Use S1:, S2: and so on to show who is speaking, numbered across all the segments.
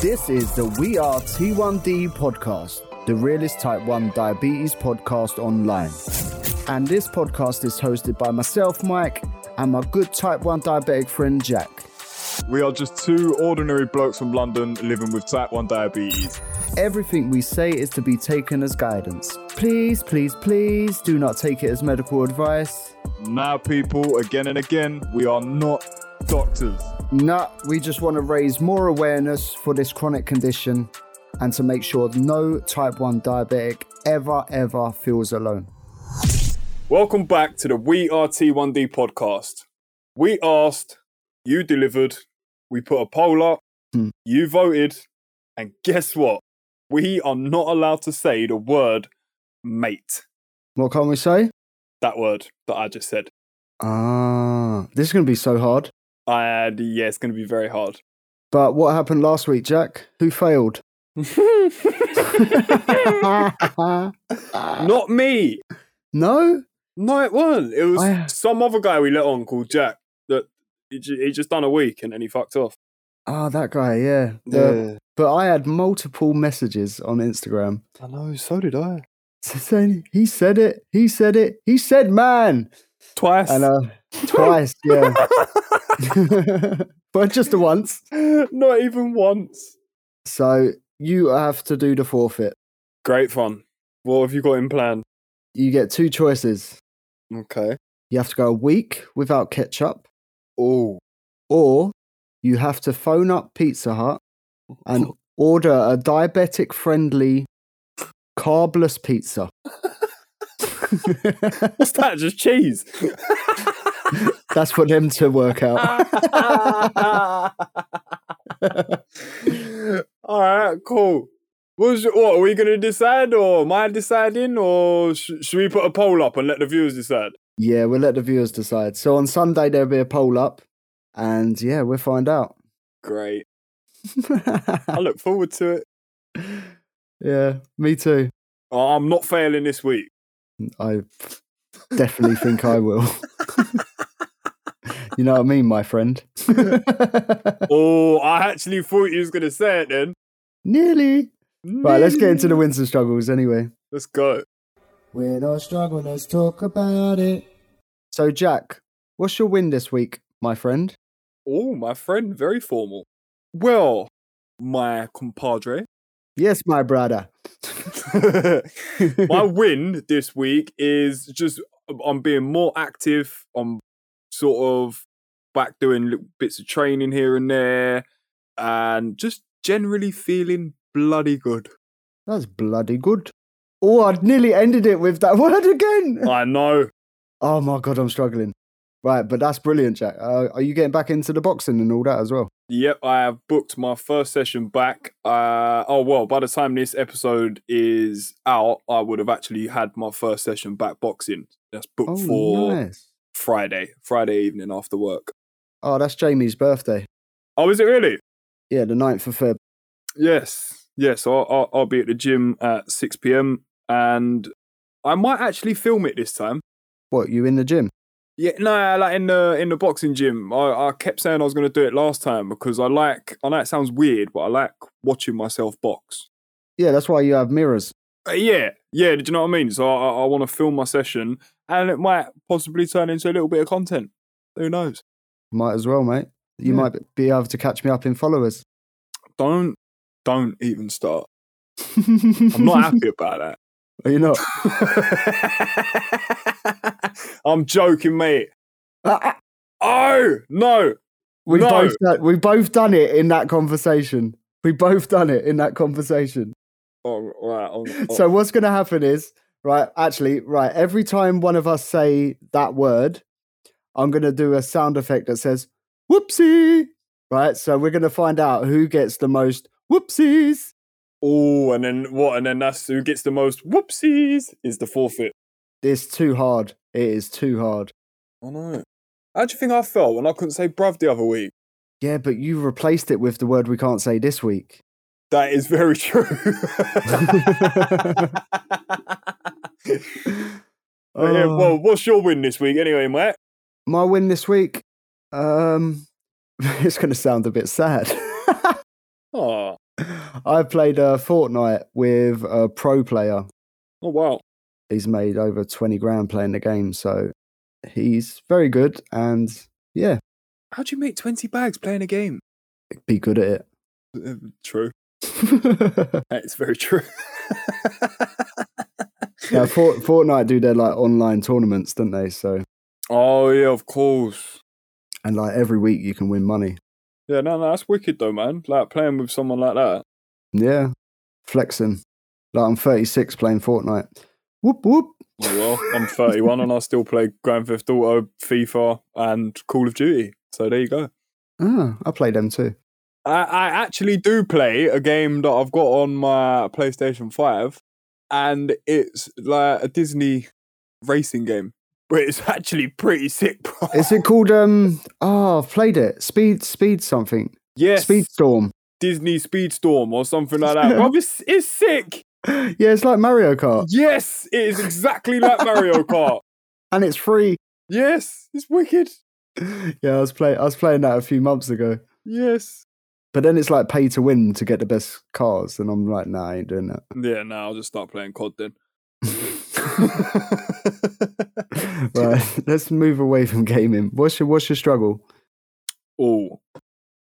S1: This is the We Are T1D podcast, the realest type 1 diabetes podcast online. And this podcast is hosted by myself, Mike, and my good type 1 diabetic friend, Jack.
S2: We are just two ordinary blokes from London living with type 1 diabetes.
S1: Everything we say is to be taken as guidance. Please, please, please do not take it as medical advice.
S2: Now, people, again and again, we are not doctors.
S1: Nah, we just want to raise more awareness for this chronic condition and to make sure no type 1 diabetic ever, ever feels alone.
S2: Welcome back to the We Are T1D podcast. We asked, you delivered, we put a poll up,
S1: Hmm.
S2: you voted, and guess what? We are not allowed to say the word mate,
S1: What can we say?
S2: that word that I just said.
S1: Ah, this is going to be so hard.
S2: And yeah, it's going to be very hard.
S1: But what happened last week, Jack? Who failed? no,
S2: not me. No, it wasn't. It was
S1: I-
S2: some other guy we let on called Jack that he, ju- he just done a week and then he fucked off. Um,
S1: ah, that guy, yeah. The- But I had multiple messages on Instagram
S2: I know. So did I.
S1: saying he said it, he said it, he said man,
S2: Twice.
S1: and uh, twice, yeah,
S2: uh,
S1: but just the once.
S2: Not even once.
S1: So you have to do the forfeit.
S2: Great fun. What have you got in plan?
S1: You get two choices.
S2: Okay.
S1: You have to go a week without ketchup,
S2: Oh.
S1: or you have to phone up Pizza Hut and order a diabetic friendly carbless pizza.
S2: What's that? Just cheese.
S1: That's for them to work out.
S2: All right. Cool. What's your, what are we going to decide, or am I deciding, or sh- should we put a poll up and let the viewers decide?
S1: Yeah, we'll let the viewers decide. So on Sunday there'll be a poll up, and yeah, we'll find out.
S2: Great. I look forward to it.
S1: yeah, me too.
S2: Oh, I'm not failing this week.
S1: I definitely think I will. you know what I mean, my friend.
S2: Oh, I actually thought you was gonna say it then. Mm.
S1: Nearly. Right, let's get into the wins and struggles anyway.
S2: Let's go.
S1: We're not struggling, let's talk about it. So, Jack, what's your win this week, my friend?
S2: Oh, my friend, very formal. Well, my compadre.
S1: Yes, my brother.
S2: my win this week is just I'm being more active. I'm sort of back doing little bits of training here and there, and just generally feeling bloody good.
S1: That's bloody good. Oh, I nearly ended it with that word again.
S2: I know.
S1: Oh my god, I'm struggling. Right, but that's brilliant, Jack. Uh, are you getting back into the boxing and all that as well?
S2: Yep, I have booked my first session back. Uh, oh well, by the time this episode is out, I would have actually had my first session back boxing. That's booked
S1: Oh,
S2: for
S1: nice.
S2: Friday, Friday evening after work.
S1: Oh, that's Jamie's birthday.
S2: Oh, is it really?
S1: Yeah, the 9th of Feb.
S2: Yes, yes. I'll, I'll, I'll be at the gym at six pm, and I might actually film it this time.
S1: What, you in the gym?
S2: Yeah, no, like in the in the boxing gym, I, I kept saying I was going to do it last time because I like. I know it sounds weird, but I like watching myself box.
S1: Yeah, that's why you have mirrors.
S2: Uh, yeah, yeah. Do you know what I mean? So I, I, I want to film my session, and it might possibly turn into a little bit of content. Who knows?
S1: Might as well, mate. You
S2: Yeah.
S1: might be able to catch me up in followers.
S2: Don't, don't even start. I'm
S1: I'm
S2: not happy about
S1: Are you not?
S2: that. I'm joking, mate.
S1: Ah, ah.
S2: Oh no,
S1: we
S2: Uh, No.
S1: both done, we both done it in that conversation. We both done it in that conversation.
S2: oh, right, oh, oh.
S1: So what's going to happen is, right, actually, right, every time one of us say that word, I'm going to do a sound effect that says whoopsie, right? So we're going to find out who gets the most whoopsies.
S2: Oh, and then what? And then that's who gets the most whoopsies is the forfeit.
S1: It's too hard. It is too hard.
S2: I know. How do you think I felt when I couldn't say bruv the other week?
S1: Yeah, but you replaced it with the word we can't say this week.
S2: That is very true. But yeah,
S1: Oh.
S2: well, what's your win this week anyway, mate?
S1: my win this week, um, it's going to sound a bit sad.
S2: Oh,
S1: I played uh, Fortnite with a pro player.
S2: Oh wow.
S1: He's made over 20 grand playing the game. So he's very good. And yeah,
S2: How do you make twenty bags playing a game?
S1: be good at it.
S2: Uh, True. It's very true.
S1: now, Fort- Fortnite do their like online tournaments, don't they? So,
S2: oh yeah, of course.
S1: and like every week you can win money.
S2: Yeah, no, no, that's wicked though, man. Like playing with someone like that.
S1: Yeah, flexing. Like I'm 36 playing Fortnite. Whoop whoop.
S2: Oh, well, I'm 31 and I still play Grand Theft Auto, FIFA, and Call of Duty. So there you go.
S1: Ah, I play them too.
S2: I, I actually do play a game that I've got on my PlayStation 5, and it's like a Disney racing game, but it's actually pretty sick, bro.
S1: Is it called um? Oh, I've played it. Speed, speed something.
S2: yes,
S1: Speedstorm.
S2: Disney Speedstorm or something like that. bro, it's, it's sick.
S1: Yeah, it's like Mario Kart,
S2: Yes, it is exactly like Mario Kart.
S1: and it's free.
S2: Yes, it's wicked.
S1: Yeah, I was play. I was playing that a few months ago.
S2: Yes.
S1: But then it's like pay to win to get the best cars, and I'm like, nah, I ain't doing
S2: Yeah, now I'll just start playing COD then.
S1: that. right, let's move away from gaming. What's your What's your struggle?
S2: Oh,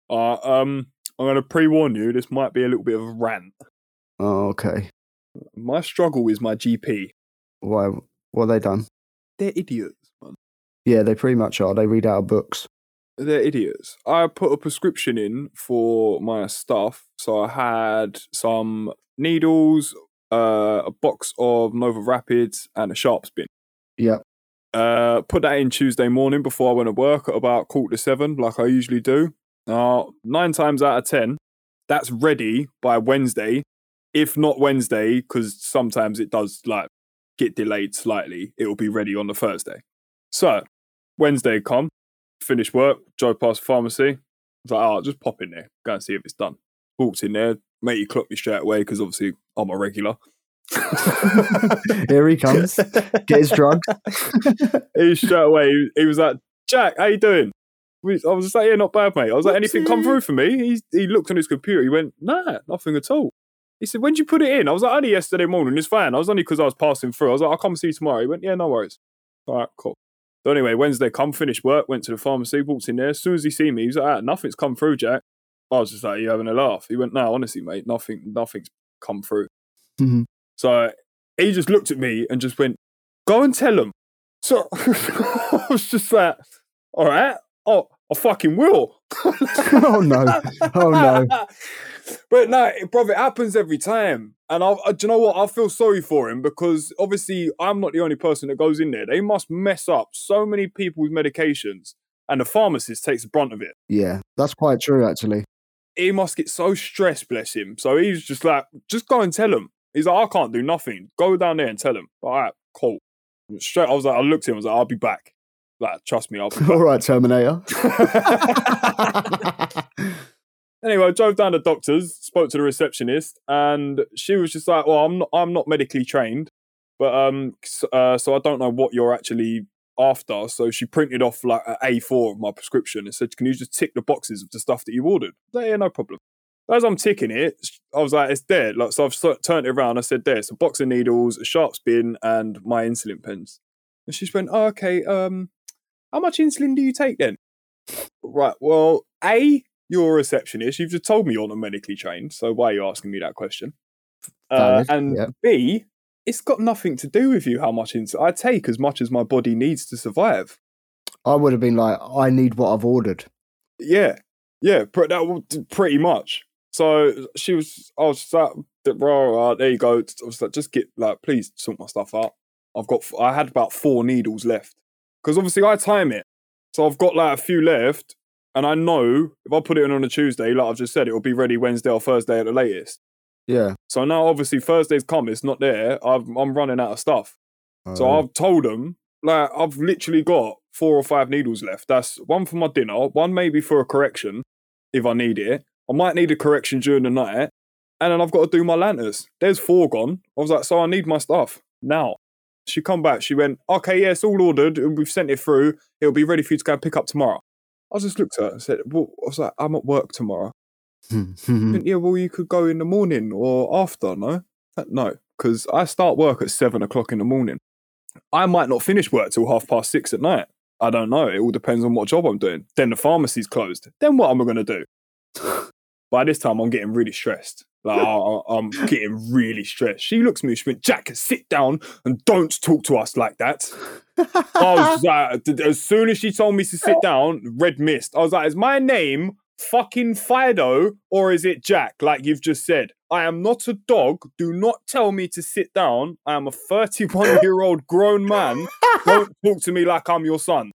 S2: uh, um, I'm going to pre warn you, this might be a little bit of a rant.
S1: Oh, okay.
S2: My struggle is my GP.
S1: Why? What they done?
S2: They're idiots, man.
S1: Yeah, they pretty much are. They read out of books.
S2: They're idiots. I put a prescription in for my stuff. So I had some needles, uh, a box of Nova Rapids, and a sharp spin.
S1: Yep.
S2: Uh, put that in Tuesday morning before I went to work at about quarter to seven, like I usually do. Uh, nine times out of ten, that's ready by Wednesday, if not Wednesday, because sometimes it does like get delayed slightly. It'll be ready on the Thursday. So Wednesday come, finish work, drove past the pharmacy. I was like, oh, just pop in there, go and see if it's done. Walked in there, matey clocked me straight away because obviously I'm a regular.
S1: Here he comes. Get his drug.
S2: he was straight away. He, he was like, "Jack, how you doing?" We- I was just like, "Yeah, not bad, mate." I was like, "Anything come
S1: Whoopsie.
S2: through for me?" He he looked on his computer. He went, "Nah, nothing at all." He said, "When did you put it in?" I was like, "Only yesterday morning. It's fine." I was only because I was passing through. I was like, "I'll come see you tomorrow." He went, "Yeah, no worries." All right, cool. So anyway, Wednesday, come finish work. Went to the pharmacy, walked in there. As soon as he seen me, he was like, ah, "Nothing's come through, Jack." I was just like, "You having a laugh?" He went, "No, honestly, mate, nothing, nothing's come through."
S1: Mhm.
S2: So he just looked at me and just went, "Go and tell him." So I was just like, "All right, oh, I fucking will."
S1: oh no. Oh no.
S2: But no, it- bruv, it happens every time. And I, I, do you know what? I feel sorry for him because obviously I'm not the only person that goes in there. They must mess up so many people's medications, and the pharmacist takes the brunt of it.
S1: Yeah, that's quite true actually.
S2: He must get so stressed, bless him. So he's just like, just go and tell him. He's like, I can't do nothing. Go down there and tell him. All right, cool. Straight, I was like, I looked at him. I was like, I'll be back. Like, trust me, I'll be
S1: All right, Terminator.
S2: back. anyway, I drove down to doctors, spoke to the receptionist, and she was just like, "Well, I'm not, I'm not medically trained, but um, s- uh, so I don't know what you're actually after." So she printed off like a A4 of my prescription and said, "Can you just tick the boxes of the stuff that you ordered?" I was like, yeah, no problem. As I'm ticking it, sh- I was like, "It's there." Like, so I've sort of turned it around. I said, "There." So box of needles, a sharp spin, and my insulin pens. And she just went, oh, "Okay, um, how much insulin do you take then?" Right. Well, a you're a receptionist. You've just told me you're not medically trained, so why are you asking me that question? Uh,
S1: Valid,
S2: and
S1: yeah.
S2: B, it's got nothing to do with you how much insulin I take, as much as my body needs to survive.
S1: I would have been like, I need what I've ordered.
S2: Yeah, yeah, pr- that w- t- pretty much. So she was, I was just like, "D- bro, uh, there you go. I was like, just get like, please sort my stuff out. I've got, f- I had about four needles left because obviously I time it, so I've got like a few left, and I know if I put it in on a Tuesday, like I've just said, it'll be ready Wednesday or Thursday at the latest.
S1: Yeah.
S2: So now obviously Thursday's come, it's not there. I've, I'm running out of stuff. So
S1: Uh,
S2: I've told them, like, I've literally got four or five needles left. That's one for my dinner, one maybe for a correction if I need it. I might need a correction during the night. And then I've got to do my lanterns. There's four gone. I was like, so I need my stuff now. She come back. She went, okay, yeah, it's all ordered. We've sent it through. It'll be ready for you to go and pick up tomorrow. I just looked at her and said, well, I was like, I'm at work tomorrow.
S1: Mm-hmm.
S2: Yeah, well, you could go in the morning or after, no? Uh, No, because I start work at seven o'clock in the morning. I might not finish work till half past six at night. I don't know. It all depends on what job I'm doing. Then the pharmacy's closed. Then what am I going to do? By this time, I'm getting really stressed. Like, I, I- I'm getting really stressed. She looks at me, she went, Jack, sit down and don't talk to us like that. I was like, th- as soon as she told me to sit down, red mist. I was like, is my name fucking Fido or is it Jack? Like you've just said, I am not a dog. Do not tell me to sit down. I am a 31 year old grown man. Don't talk to me like I'm your son.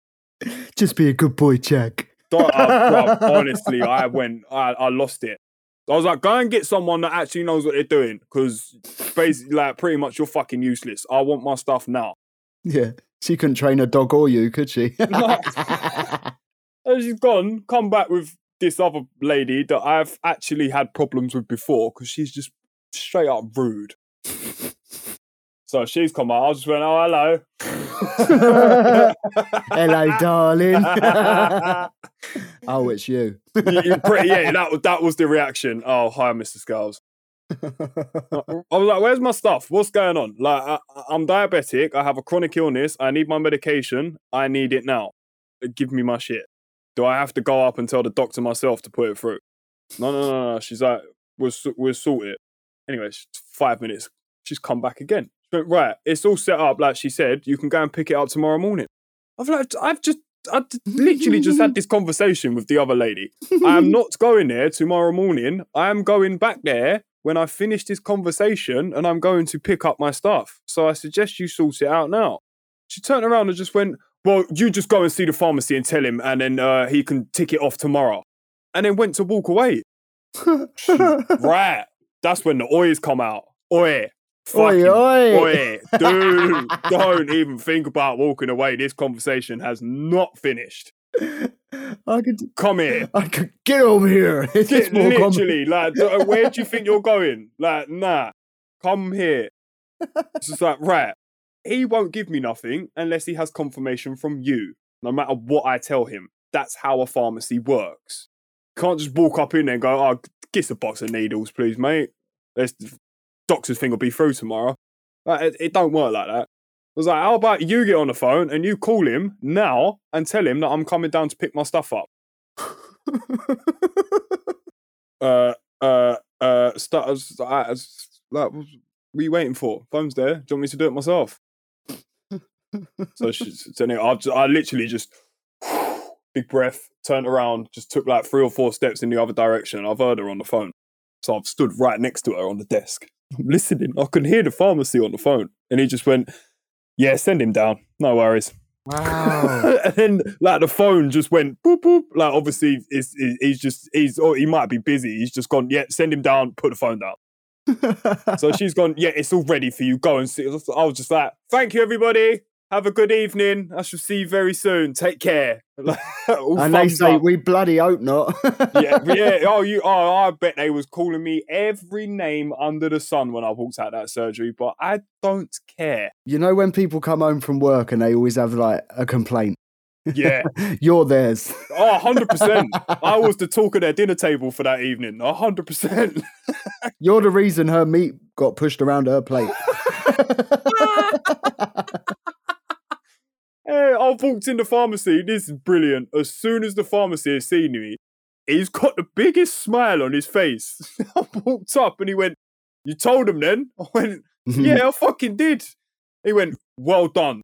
S1: Just be a good boy, Jack.
S2: Don't, uh, bruv, honestly, I went, I, I lost it. I was like, go and get someone that actually knows what they're doing because basically, like, pretty much you're fucking useless. I want my stuff now.
S1: Yeah. She couldn't train a dog or you, could she?
S2: No. And Oh, she's gone, come back with this other lady that I've actually had problems with before because she's just straight up rude. so she's come out. I just went, oh, hello.
S1: Hello, darling. oh, it's you.
S2: You- you pretty- yeah, that was, that was the reaction. Oh, hi, Mr. Scales. I was like, where's my stuff? What's going on? Like, I, I- I'm diabetic. I have a chronic illness. I need my medication. I need it now. Give me my shit. Do I have to go up and tell the doctor myself to put it through? No, no, no, no. She's like, we'll, s- we'll sort it. Anyway, it's five minutes. She's come back again. She went, right, it's all set up. Like she said, you can go and pick it up tomorrow morning. I've like, I've just, I d- literally just had this conversation with the other lady. I am not going there tomorrow morning. I am going back there when I finish this conversation and I'm going to pick up my stuff. So I suggest you sort it out now. She turned around and just went, Well, you just go and see the pharmacy and tell him, and then uh, he can tick it off tomorrow. And then went to walk away. Right. That's when the oys come out. Oi.
S1: oi,
S2: Fucking
S1: oi.
S2: Oi, dude, don't even think about walking away. This conversation has not finished.
S1: I could,
S2: Come here.
S1: I could get over here. It's just
S2: Get-
S1: more com-
S2: literally, like, d- uh, where do you think you're going? Like, nah, come here. It's just like, right, he won't give me nothing unless he has confirmation from you, no matter what I tell him. That's how a pharmacy works. Can't just walk up in there and go, oh, get a box of needles, please, mate. This doctor's thing will be through tomorrow. Like, it, it don't work like that. I was like, how about you get on the phone and you call him now and tell him that I'm coming down to pick my stuff up? uh, uh, uh, start, I was, I was like, what are you waiting for? Phone's there. Do you want me to do it myself? so she, so anyway, I, just, I literally just big breath, turned around, just took like three or four steps in the other direction. I've heard her on the phone. So I've stood right next to her on the desk. I'm listening. I can hear the pharmacy on the phone. And he just went, yeah, send him down. No worries.
S1: Wow.
S2: and then like the phone just went boop boop. Like obviously it's, it- he's just he's or he might be busy. He's just gone. Yeah, send him down. Put the phone down. So she's gone. Yeah, it's all ready for you. Go and see. I was just like, thank you everybody. Have a good evening. I shall see you very soon. Take care. Like, all
S1: and they
S2: thumbs
S1: say,
S2: up.
S1: we bloody hope not.
S2: yeah, yeah. Oh, you. Oh, I bet they was calling me every name under the sun when I walked out that surgery. But I don't care.
S1: You know when people come home from work and they always have like a complaint?
S2: Yeah.
S1: You're theirs.
S2: Oh, 100%. I was the talk of their dinner table for that evening. 100%.
S1: You're the reason her meat got pushed around her plate.
S2: Hey, I've walked in the pharmacy. This is brilliant. As soon as the pharmacy has seen me, he's got the biggest smile on his face. I walked up and he went, You told him then? I went,
S1: Hmm.
S2: Yeah, I fucking did. He went, Well done.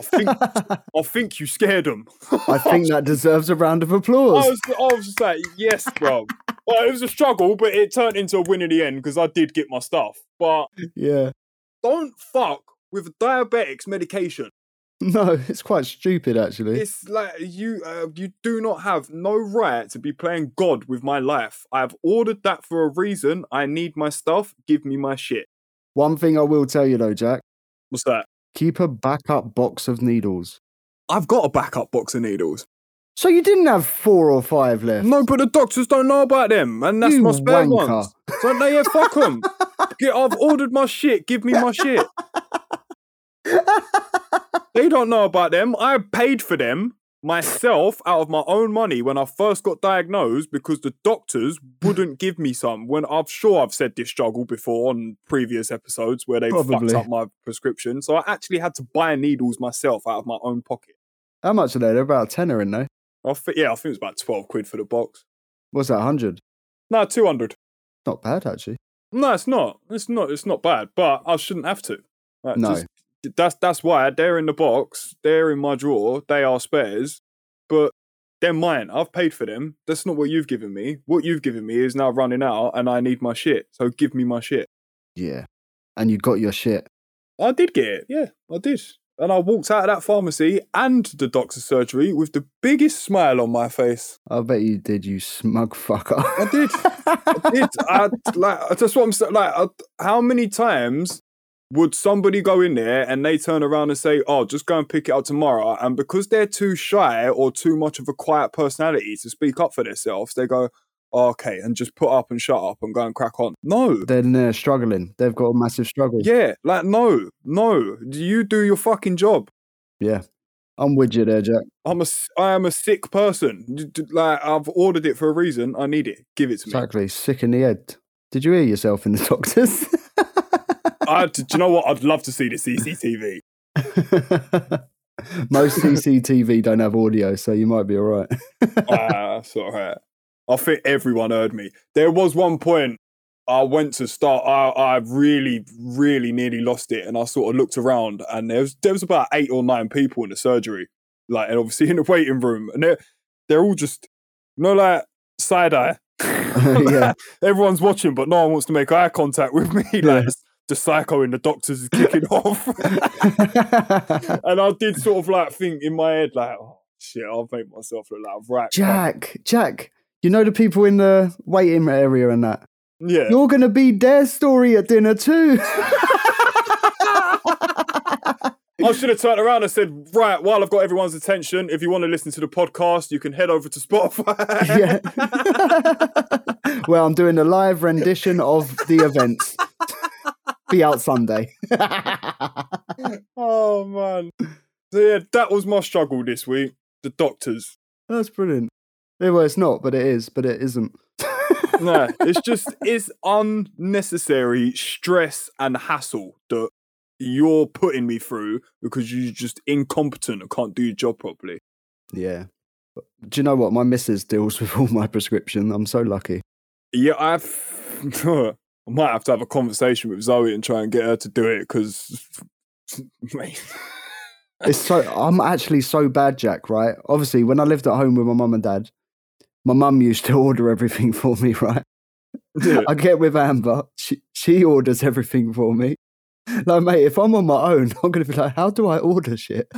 S2: I think, I think you scared him.
S1: I think that deserves a round of applause.
S2: I was, I was just like, Yes, bro. well, it was a struggle, but it turned into a win in the end because I did get my stuff. But
S1: Yeah.
S2: don't fuck with a diabetic's medication.
S1: No, it's quite stupid actually.
S2: It's like you uh, you do not have no right to be playing God with my life. I have ordered that for a reason. I need my stuff. Give me my shit.
S1: One thing I will tell you though, Jack
S2: What's that?
S1: keep a backup box of needles.
S2: I've got a backup box of needles.
S1: So you didn't have four or five left.
S2: No, but the doctors don't know about them, and that's
S1: You
S2: my spare
S1: wanker.
S2: ones. So no, yeah, fuck them. I've ordered my shit. Give me my shit. they don't know about them. I paid for them. myself out of my own money when I first got diagnosed because the doctors wouldn't give me some. When I'm sure I've said this struggle before on previous episodes where they fucked
S1: Probably.
S2: up my prescription. So I actually had to buy needles myself out of my own pocket.
S1: How much are they? They're about a tenner in there.
S2: I thi- yeah, I think it was about 12 quid for the box.
S1: What's that, 100?
S2: No, 200.
S1: Not bad, actually.
S2: No, it's not. It's not. It's not bad. But I shouldn't have to. Like,
S1: No.
S2: just- that's that's why they're in the box. They're in my drawer. They are spares, but they're mine. I've paid for them. That's not what you've given me. What you've given me is now running out, and I need my shit. So give me my shit.
S1: Yeah. And you got your shit.
S2: I did get it. Yeah, I did. And I walked out of that pharmacy and the doctor's surgery with the biggest smile on my face.
S1: I bet you did, you smug fucker.
S2: I did.
S1: I
S2: it, I, like that's what I'm saying. Like, I, how many times would somebody go in there and they turn around and say, "Oh, just go and pick it up tomorrow," and because they're too shy or too much of a quiet personality to speak up for themselves, they go, "Oh, "Okay," and just put up and shut up and go and crack on. No.
S1: Then they're struggling. They've got a massive struggle.
S2: Yeah, like no, no. You do your fucking job.
S1: I'm with you there, Jack.
S2: I'm a, s- I am a sick person. D- d- Like I've ordered it for a reason. I need it. Give it to me.
S1: Exactly. Sick in the head. Did you hear yourself in the doctors?
S2: I, do you know what? I'd love to see E the CCTV.
S1: Most CCTV don't have audio, so you might be all right.
S2: ah, that's all right. I think everyone heard me. There was one point I went to start. I, I really, really nearly lost it, and I sort of looked around, and there was there was about eight or nine people in the surgery, like, and obviously in the waiting room, and they're they're all just, you know, like side eye.
S1: Yeah.
S2: Everyone's watching, but no one wants to make eye contact with me. Like
S1: Yeah.
S2: the psycho in the doctors is kicking off. and I did sort of like think in my head, like, oh shit, I'll make myself look like a right. cunt."
S1: Jack, Jack, you know the people in the waiting area and that.
S2: Yeah.
S1: You're going to be their story at dinner too.
S2: I should have turned around and said, right, while I've got everyone's attention, if you want to listen to the podcast, you can head over to Spotify.
S1: yeah. well, I'm doing a live rendition of the events. Be out Sunday.
S2: Oh, man. So, yeah, that was my struggle this week. The doctors.
S1: That's brilliant. Yeah, Well, it's not, but it is, but it isn't.
S2: No, it's just, it's unnecessary stress and hassle that you're putting me through because you're just incompetent and can't do your job properly.
S1: Yeah. Do you know what? My missus deals with all my prescription. I'm so lucky.
S2: Yeah, I f- I might have to have a conversation with Zoe and try and get her to do it because, mate.
S1: It's so I'm actually so bad, Jack, right? Obviously, when I lived at home with my mum and dad, my mum used to order everything for me, right?
S2: Yeah.
S1: I get with Amber, she she orders everything for me. Like, mate, if I'm on my own, I'm gonna be like, how do I order shit?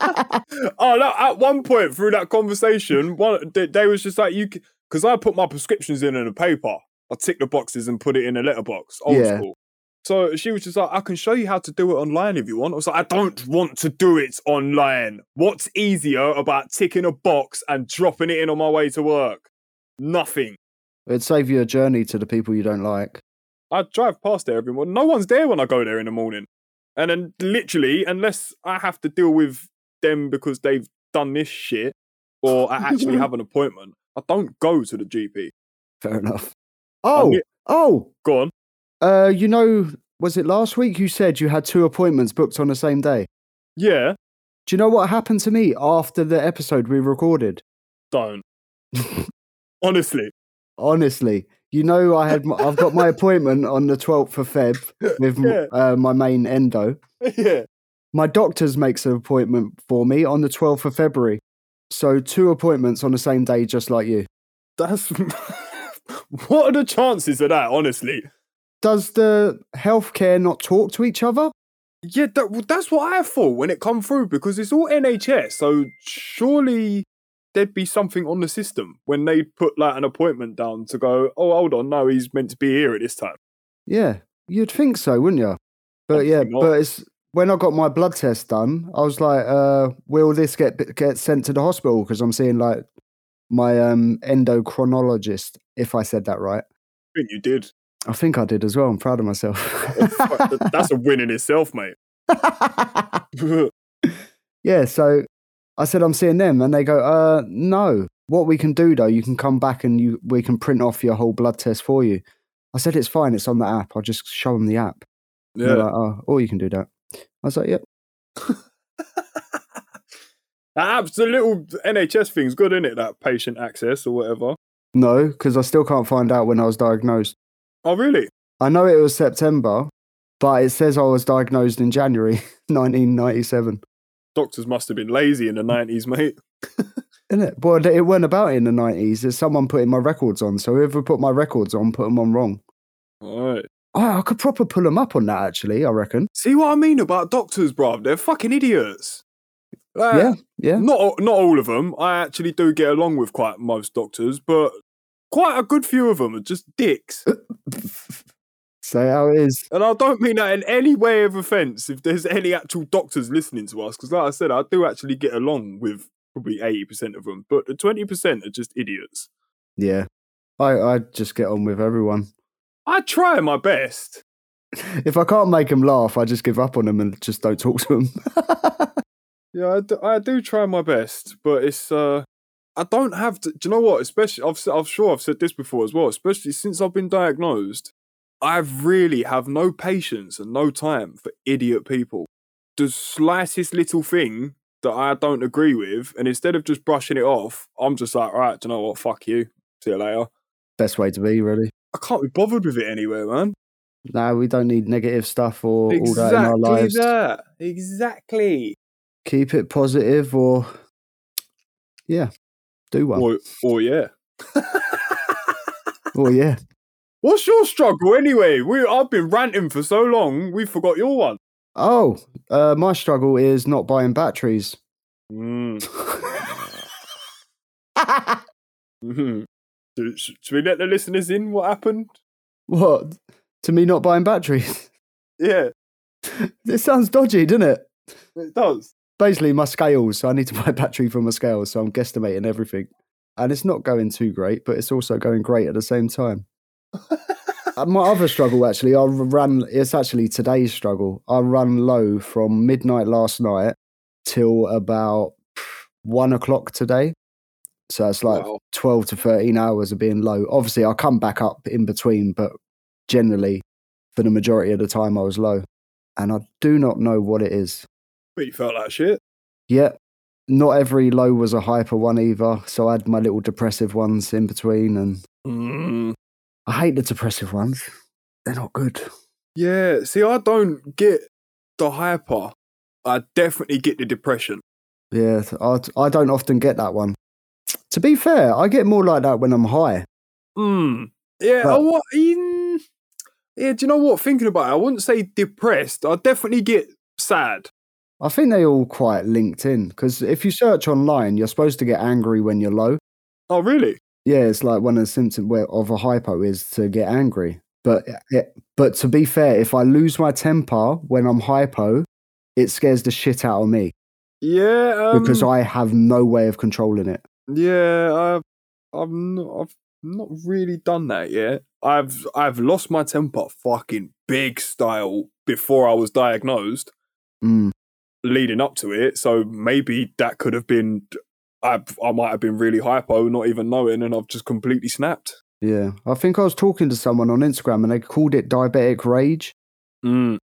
S2: oh no! At one point through that conversation, one they, they was just like you because I put my prescriptions in in a paper. I tick the boxes and put it in a letterbox. Old
S1: Yeah.
S2: school. So she was just like, I can show you how to do it online if you want. I was like, I don't want to do it online. What's easier about ticking a box and dropping it in on my way to work? Nothing.
S1: It'd save you a journey to the people you don't like.
S2: I drive past there every morning. No one's there when I go there in the morning. And then literally, unless I have to deal with them because they've done this shit or I actually have an appointment, I don't go to the GP.
S1: Fair enough.
S2: I'm
S1: Oh,
S2: ge-
S1: oh,
S2: Go on.
S1: uh, you know, was it last week you said you had two appointments booked on the same day?
S2: Yeah.
S1: Do you know what happened to me after the episode we recorded?
S2: Don't. Honestly.
S1: Honestly, you know, I had my, I've got my appointment on the twelfth of Feb with m-
S2: Yeah.
S1: uh, my main endo.
S2: Yeah.
S1: My doctor's makes an appointment for me on the twelfth of February, so two appointments on the same day, just like you.
S2: That's. what are the chances of that, honestly?
S1: Does the healthcare not talk to each other?
S2: Yeah, that, well, that's what I thought when it come through because it's all NHS. So surely there'd be something on the system when they put like an appointment down to go. Oh, hold on, no, he's meant to be here at this time.
S1: Yeah, you'd think so, wouldn't you? But
S2: Obviously
S1: yeah,
S2: not.
S1: but it's when I got my blood test done, I was like, uh, will this get get sent to the hospital? Because I'm seeing like my um endocrinologist, if I said that right.
S2: I think you did.
S1: I think I did as well. I'm proud of myself.
S2: Fuck, that- that's a win in itself, mate.
S1: yeah, so I said, I'm seeing them. And they go, uh, no. What we can do though, you can come back and you, we can print off your whole blood test for you. I said, it's fine. It's on the app. I'll just show them the app. And
S2: Yeah.
S1: they're like, oh, or you can do that. I was like, yep.
S2: That absolute little NHS thing's good, isn't it? That patient access or whatever.
S1: No, because I still can't find out when I was diagnosed.
S2: Oh, really?
S1: I know it was September, but it says I was diagnosed in January 1997.
S2: Doctors must have been lazy in the 90s, mate.
S1: Isn't it? Well, it weren't about it in the 90s. There's someone putting my records on. So whoever put my records on, put them on wrong.
S2: All right.
S1: Oh, I could proper pull them up on that, actually, I reckon.
S2: See what I mean about doctors, bruv? They're fucking idiots. Like,
S1: Yeah, yeah.
S2: Not not all of them. I actually do get along with quite most doctors, but quite a good few of them are just dicks.
S1: Say how it is.
S2: And I don't mean that in any way of offence if there's any actual doctors listening to us, because like I said, I do actually get along with probably 80% of them, but the 20% are just idiots.
S1: Yeah. I, I just get on with everyone.
S2: I try my best.
S1: If I can't make them laugh, I just give up on them and just don't talk to them.
S2: Yeah, I do, I do try my best, but it's, uh, I don't have to, do you know what, especially, I've, s- I'm sure I've said this before as well, especially since I've been diagnosed, I really have no patience and no time for idiot people. The slightest little thing that I don't agree with, and instead of just brushing it off, I'm just like, right, do you know what? Fuck you. See you later.
S1: Best way to be, really.
S2: I can't be bothered with it anywhere, man.
S1: No, we don't need negative stuff or all that in our
S2: Exactly
S1: lives.
S2: that. Exactly.
S1: Keep it positive or, yeah, do one. Or,
S2: Or, or yeah.
S1: yeah.
S2: What's your struggle anyway? We I've been ranting for so long, we forgot your one.
S1: Oh, uh, my struggle is not buying batteries.
S2: Mhm. Should, should should we let the listeners in what happened?
S1: what? To me, not buying batteries?
S2: Yeah,
S1: This sounds dodgy, doesn't it?
S2: it does.
S1: basically my scales. So I need to buy a battery for my scales. So I'm guesstimating everything. And it's not going too great, but it's also going great at the same time. And my other struggle, actually, I ran, it's actually today's struggle. I run low from midnight last night till about one o'clock today. So it's like
S2: Wow.
S1: 12 to 13 hours of being low. Obviously, I come back up in between, but generally, for the majority of the time, I was low. And I do not know what it is.
S2: But you felt like shit.
S1: Yeah. Not every low was a hyper one either. So I had my little depressive ones in between. And
S2: Mm.
S1: I hate the depressive ones. They're not good.
S2: Yeah, see, I don't get the hyper. I definitely get the depression.
S1: Yeah. th- I, I don't often get that one. To be fair, I get more like that when I'm high.
S2: Mm. Yeah, I
S1: But-
S2: wa- in, yeah, do you know what? Thinking about it, I wouldn't say depressed. I definitely get sad.
S1: I think they all quite linked in because if you search online, you're supposed to get angry when you're low.
S2: Oh, really?
S1: Yeah, it's like one of the symptoms where- of a hypo is to get angry. But it, but to be fair, if I lose my temper when I'm hypo, it scares the shit out of me.
S2: Yeah, um,
S1: because I have no way of controlling it.
S2: Yeah, I've I've not I've not really done that yet. I've I've lost my temper fucking big style before I was diagnosed
S1: Mm.
S2: leading up to it. So maybe that could have been I I might have been really hypo, not even knowing, and I've just completely snapped.
S1: Yeah, I think I was talking to someone on Instagram and they called it diabetic rage.
S2: Mm.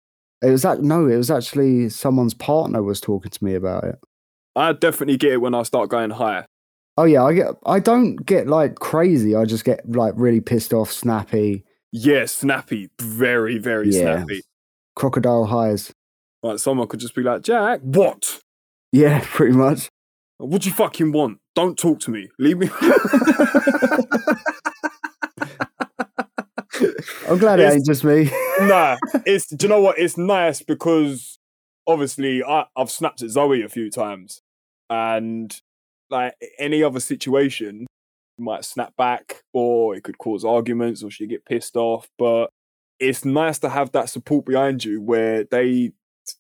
S1: It was that no, it was actually someone's partner was talking to me about it.
S2: I definitely get it when I start going higher.
S1: Oh yeah, I get I don't get like crazy. I just get like really pissed off, snappy,
S2: Yeah, snappy, very very
S1: Yeah.
S2: snappy.
S1: crocodile highs.
S2: Like someone could just be like, Jack, what?
S1: Yeah, pretty much.
S2: What do you fucking want? Don't talk to me. Leave me.
S1: I'm glad
S2: It's-
S1: it ain't just me.
S2: nah, it's do you know what? It's nice because obviously I, I've snapped at Zoe a few times, and like any other situation, you might snap back or it could cause arguments or she get pissed off. But it's nice to have that support behind you where they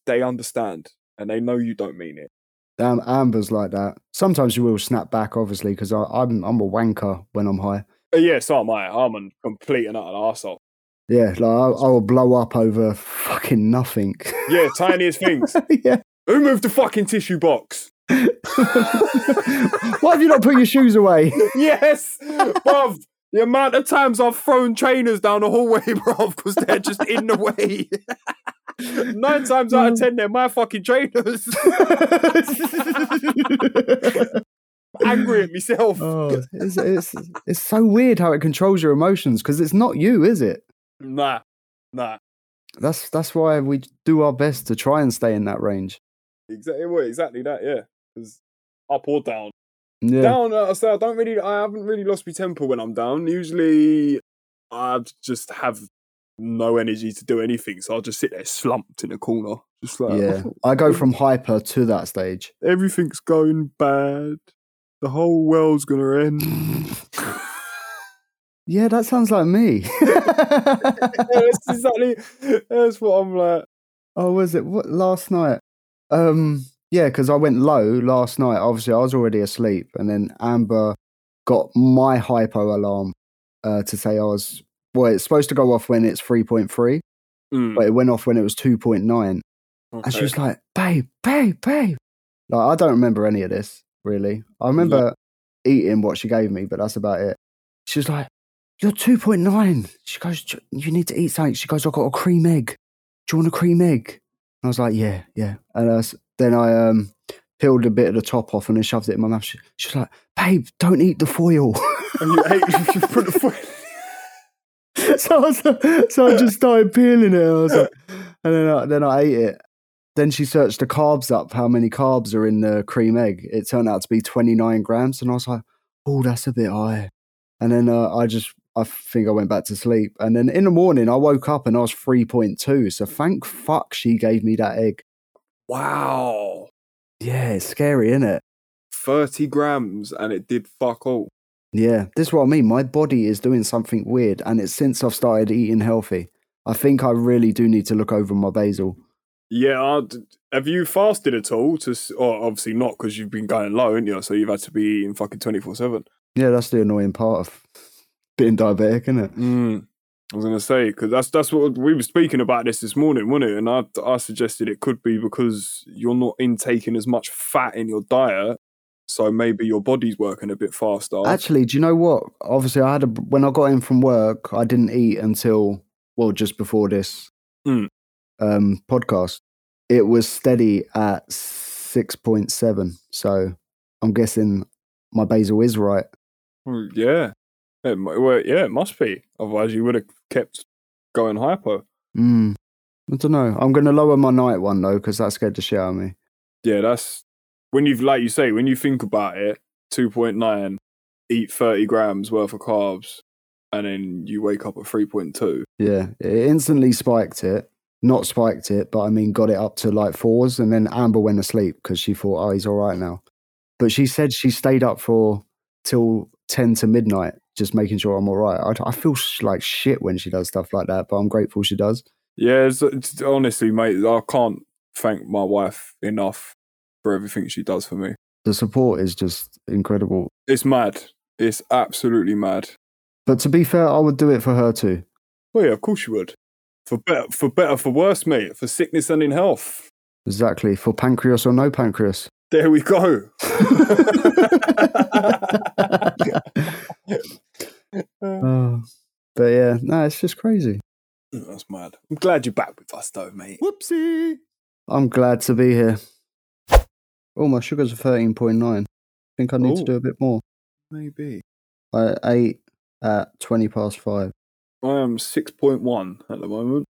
S2: they understand and they know you don't mean it.
S1: Damn, Amber's like that. Sometimes you will snap back, obviously, because I'm I'm a wanker when I'm high.
S2: But yeah, so am I. I'm a complete and utter arsehole.
S1: Yeah, like I, I will blow up over fucking nothing.
S2: Yeah, tiniest things.
S1: yeah.
S2: Who moved the fucking tissue box?
S1: Why have you not put your shoes away?
S2: yes, bruv. The amount of times I've thrown trainers down the hallway, bruv, because they're just in the way. Nine times
S1: Mm.
S2: out of ten, they're my fucking trainers. Angry at myself.
S1: Oh, it's, it's, it's so weird how it controls your emotions because it's not you, is it?
S2: Nah, nah.
S1: That's that's why we do our best to try and stay in that range.
S2: Exactly. Well, exactly that. Yeah, 'Cause up or down.
S1: Yeah,
S2: Down. Uh, so I don't really. I haven't really lost my temper when I'm down. Usually, I just have no energy to do anything, so I'll just sit there slumped in a corner, just like
S1: yeah. I go from hyper to that stage.
S2: everything's going bad. The whole world's gonna end.
S1: Yeah, that sounds like me.
S2: yeah, that's exactly. That's what I'm like.
S1: Oh, was it what last night? Um, yeah, because I went low last night. Obviously, I was already asleep, and then Amber got my hypo alarm uh, to say I was. Well, it's supposed to go off when it's three point three,
S2: Hmm. Mm,
S1: but it went off when it was two point nine, and she was like, "Babe, babe, babe." Like, I don't remember any of this really. I remember eating what she gave me, but that's about it. She was like, "You're two point nine. She goes, "J- "You need to eat something." She goes, "I got a cream egg. Do you want a cream egg?" And I was like, "Yeah, yeah." And I s then I um, peeled a bit of the top off and then shoved it in my mouth. She, she was like, "Babe, don't eat the foil."
S2: and you ate. You put the foot.
S1: so I was like- so I just started peeling it. I was like, and then I, then I ate it. Then she searched the carbs up, how many carbs are in the cream egg. It turned out to be 29 grams, and I was like, oh, that's a bit high. And then uh, I just, I think I went back to sleep. And then in the morning, I woke up and I was 3.2. So thank fuck she gave me that egg.
S2: Wow.
S1: Yeah, it's scary, isn't it?
S2: 30 grams and it did fuck all.
S1: Yeah, this is what I mean. My body is doing something weird, and it's since I've started eating healthy. I think I really do need to look over my basil.
S2: Yeah, I d have you fasted at all? To s- or obviously not because you've been going low, haven't you? So you've had to be eating fucking twenty four seven.
S1: Yeah, that's the annoying part of being diabetic, isn't it?
S2: Mm. I was gonna say because that's that's what we were speaking about this this morning, wasn't it? And I I suggested it could be because you're not intaking as much fat in your diet, so maybe your body's working a bit faster.
S1: Actually, do you know what? Obviously, I had a when I got in from work, I didn't eat until well just before this
S2: Mm.
S1: um, podcast. It was steady at six point seven, so I'm guessing my basil is right.
S2: Mm, yeah, it, mu- well, yeah, it must be. Otherwise, you would have kept going hypo.
S1: Mm. I don't know. I'm going to lower my night one though because that scared the shit out of me.
S2: yeah, that's when you've like you say when you think about it, two point nine, eat thirty grams worth of carbs, and then you wake up at three point two.
S1: Yeah, it instantly spiked it. Not spiked it, but I mean, got it up to like fours. And then Amber went asleep because she thought, oh, he's all right now. But she said she stayed up for till 10 to midnight, just making sure I'm all right. I, I feel sh- like shit when she does stuff like that, but I'm grateful she does.
S2: Yeah, it's, it's, honestly, mate, I can't thank my wife enough for everything she does for me.
S1: The support is just incredible.
S2: It's mad. It's absolutely mad.
S1: But to be fair, I would do it for her too.
S2: Well, yeah, of course you would. For better, for better, for worse, mate. For sickness and in health.
S1: Exactly. For pancreas or no pancreas.
S2: There we go.
S1: Oh, but yeah, no, it's just crazy.
S2: That's mad. I'm glad you're back with us, though, mate.
S1: Whoopsie. I'm glad to be here. Oh, my sugar's a 13.9. I think I need
S2: Ooh.
S1: to do a bit more.
S2: Maybe.
S1: I ate at 20 past five.
S2: I am 6.1 at the moment.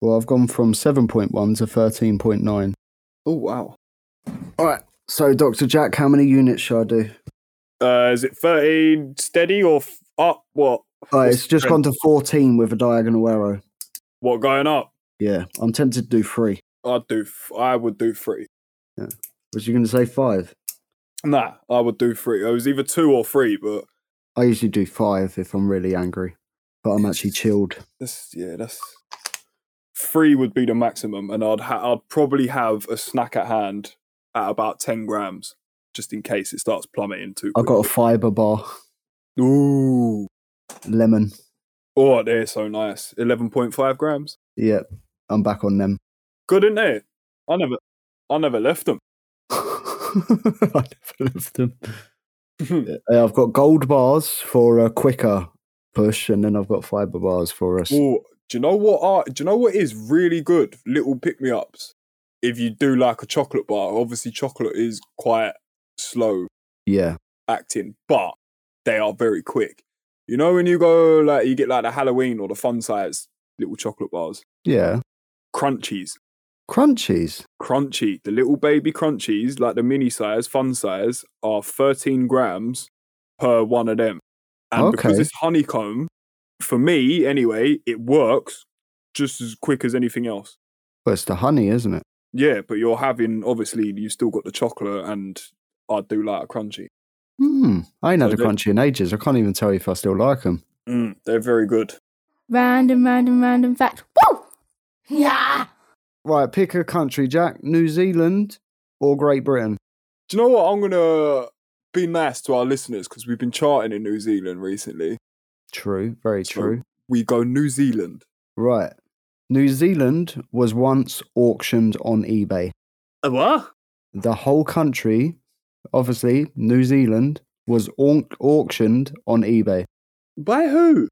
S1: Well, I've gone from 7.1 to 13.9.
S2: Oh, wow.
S1: All right. So, Dr. Jack, how many units should I do?
S2: Uh, is it 13 steady or f- up? What?
S1: All right,
S2: What's
S1: Oh, it's just
S2: the
S1: gone to 14 with a diagonal arrow.
S2: What, going up?
S1: Yeah. I'm tempted to do three.
S2: I'd do, f- I would do three.
S1: Was you going to say five?
S2: Nah, I would do three. It was either two or three, but
S1: I usually do five if I'm really angry, but I'm actually chilled.
S2: that's, yeah, that's, three would be the maximum. And I'd, ha- I'd probably have a snack at hand at about 10 grams just in case it starts plummeting too
S1: I've got a
S2: quickly.
S1: fiber bar,
S2: Ooh.
S1: lemon.
S2: Oh, they're so nice. 11.5 grams.
S1: Yep. I'm back on them.
S2: Good, isn't it? I never, I never left them.
S1: I never left them. Uh, I've got gold bars for a quicker push, and then I've got fiber bars for us.
S2: Well, do you know what are do you know what is really good? Little pick me ups. If you do like a chocolate bar, obviously chocolate is quite slow
S1: Yeah,
S2: acting, but they are very quick. You know when you go like you get like the Halloween or the fun size little chocolate bars,
S1: yeah.
S2: crunchies,
S1: Crunchies.
S2: crunchy. The little baby crunchies, like the mini size, fun size, are 13 grams per one of them. And because
S1: Okay.
S2: it's honeycomb, for me anyway, it works just as quick as anything else.
S1: Well, it's the honey, isn't it?
S2: Yeah, but you're having obviously you still got the chocolate and I do like a crunchy.
S1: Hmm. I ain't had a
S2: Okay.
S1: crunchy in ages. I can't even tell you if I still like them.
S2: Mm, they're very good.
S3: Random, random, random fact. Woo! Yeah!
S1: Right, pick a country, Jack. New Zealand or Great Britain?
S2: Do you know what? I'm gonna be nice to our listeners because we've been charting in New Zealand recently.
S1: True, very
S2: So-
S1: true.
S2: We go New Zealand.
S1: Right. New Zealand was once auctioned on eBay.
S2: A what?
S1: The whole country, obviously, New Zealand was au- auctioned on eBay.
S2: By who?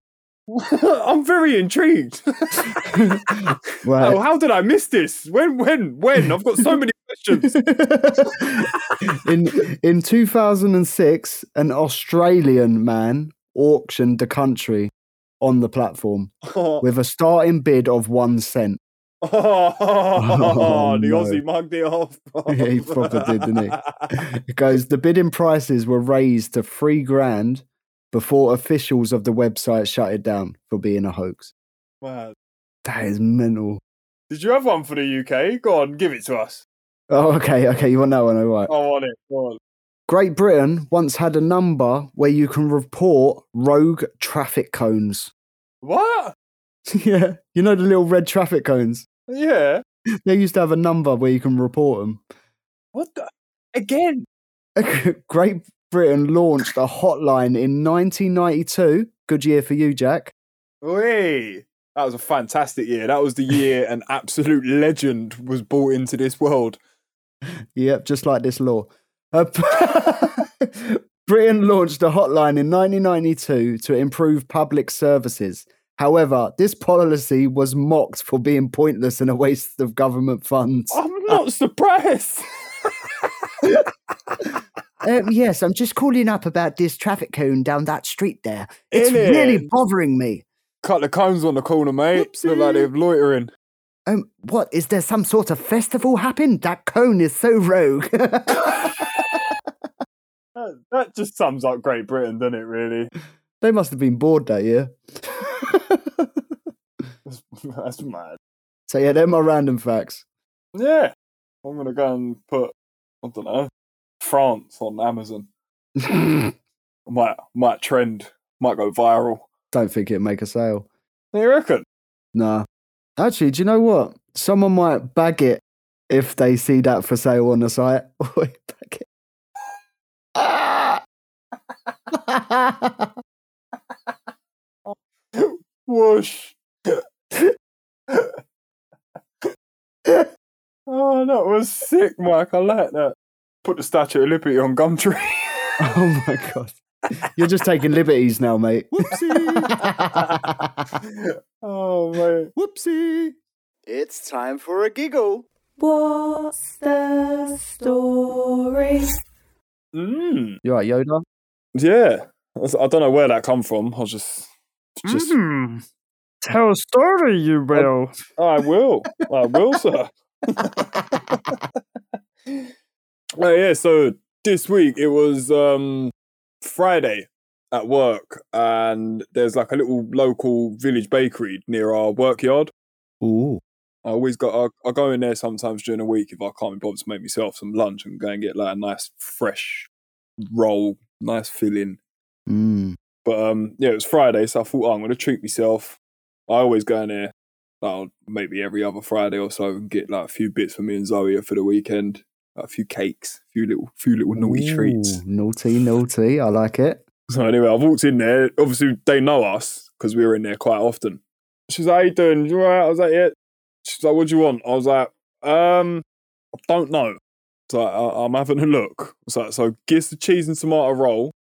S2: I'm very intrigued.
S1: Right.
S2: oh, how did I miss this? When, when, when? I've got so many questions.
S1: in in 2006, an Australian man auctioned the country on the platform
S2: Oh,
S1: with a starting bid of one cent.
S2: the
S1: Oh, no.
S2: Aussie mugged it off.
S1: Yeah, he proper did, didn't It goes, the bidding prices were raised to three grand before officials of the website shut it down for being a hoax.
S2: Man.
S1: That is mental.
S2: Did you have one for the UK? Go on, give it to us.
S1: Oh, okay, okay, you want that one, all right.
S2: I want it. Go on.
S1: Great Britain once had a number where you can report rogue traffic cones.
S2: What?
S1: yeah, you know the little red traffic cones.
S2: Yeah.
S1: They used to have a number where you can report them.
S2: What the? Again?
S1: Great Britain launched a hotline in 1992. Good year for you, Jack.
S2: Wait. That was a fantastic year. That was the year an absolute legend was brought into this world.
S1: Yep, just like this law. Uh, Britain launched a hotline in 1992 to improve public services. However, this policy was mocked for being pointless and a waste of government funds.
S2: I'm not surprised.
S1: Um, yes, I'm just calling up about this traffic cone down that street there.
S2: Innit?
S1: bothering me.
S2: Cut the cones on the corner, mate. Look like they're loitering.
S1: Um, what is there some sort of festival happened? That cone is so rogue.
S2: That, that just sums up Great Britain, doesn't it? Really,
S1: they must have been bored that year.
S2: that's, that's mad.
S1: so yeah, they're my random facts.
S2: Yeah, I'm gonna go and put I don't know France on Amazon.
S1: Don't
S2: Might might trend, might go viral.
S1: think it'd make a sale.
S2: You reckon?
S1: Nah. Actually, do you know what? Someone might bag it if they see that for sale on the site. Oi, bag it. Ah!
S2: Whoosh. oh, that was sick, Mike. I like that. Put the Statue of Liberty on Gumtree.
S1: Oh my god. You're just taking liberties now, mate.
S2: oh mate.
S1: Whoopsie. It's time for a giggle.
S3: What's the story?
S2: Mm.
S1: You're right, Yoda.
S2: Yeah, That's- I don't know where that come from. I'll just, just.
S1: Tell a story, you will.
S2: I will. I will, sir. Oh yeah. So this week it was um Friday at work, and there's like a little local village bakery near our work yard.
S1: Ooh.
S2: I always go. I, I go in there sometimes during the week if I can't be bothered to make myself some lunch and go and get like a nice fresh roll, nice filling.
S1: Mm.
S2: But um, yeah, it was Friday, so I thought oh, I'm going to treat myself. I always go in there, like, maybe every other Friday or so, and get like a few bits for me and Zoe for the weekend, like, a few cakes, a few little, few little naughty treats.
S1: Ooh, Naughty, naughty. I like it.
S2: So anyway, I walked in there. Obviously, they know us because we were in there quite often. She's like, "How you doing? You all right?" I was like, "Yeah." She's like, "What do you want?" I was like, "Um, I don't know." So I, I'm having a look. So so gives the cheese and tomato roll.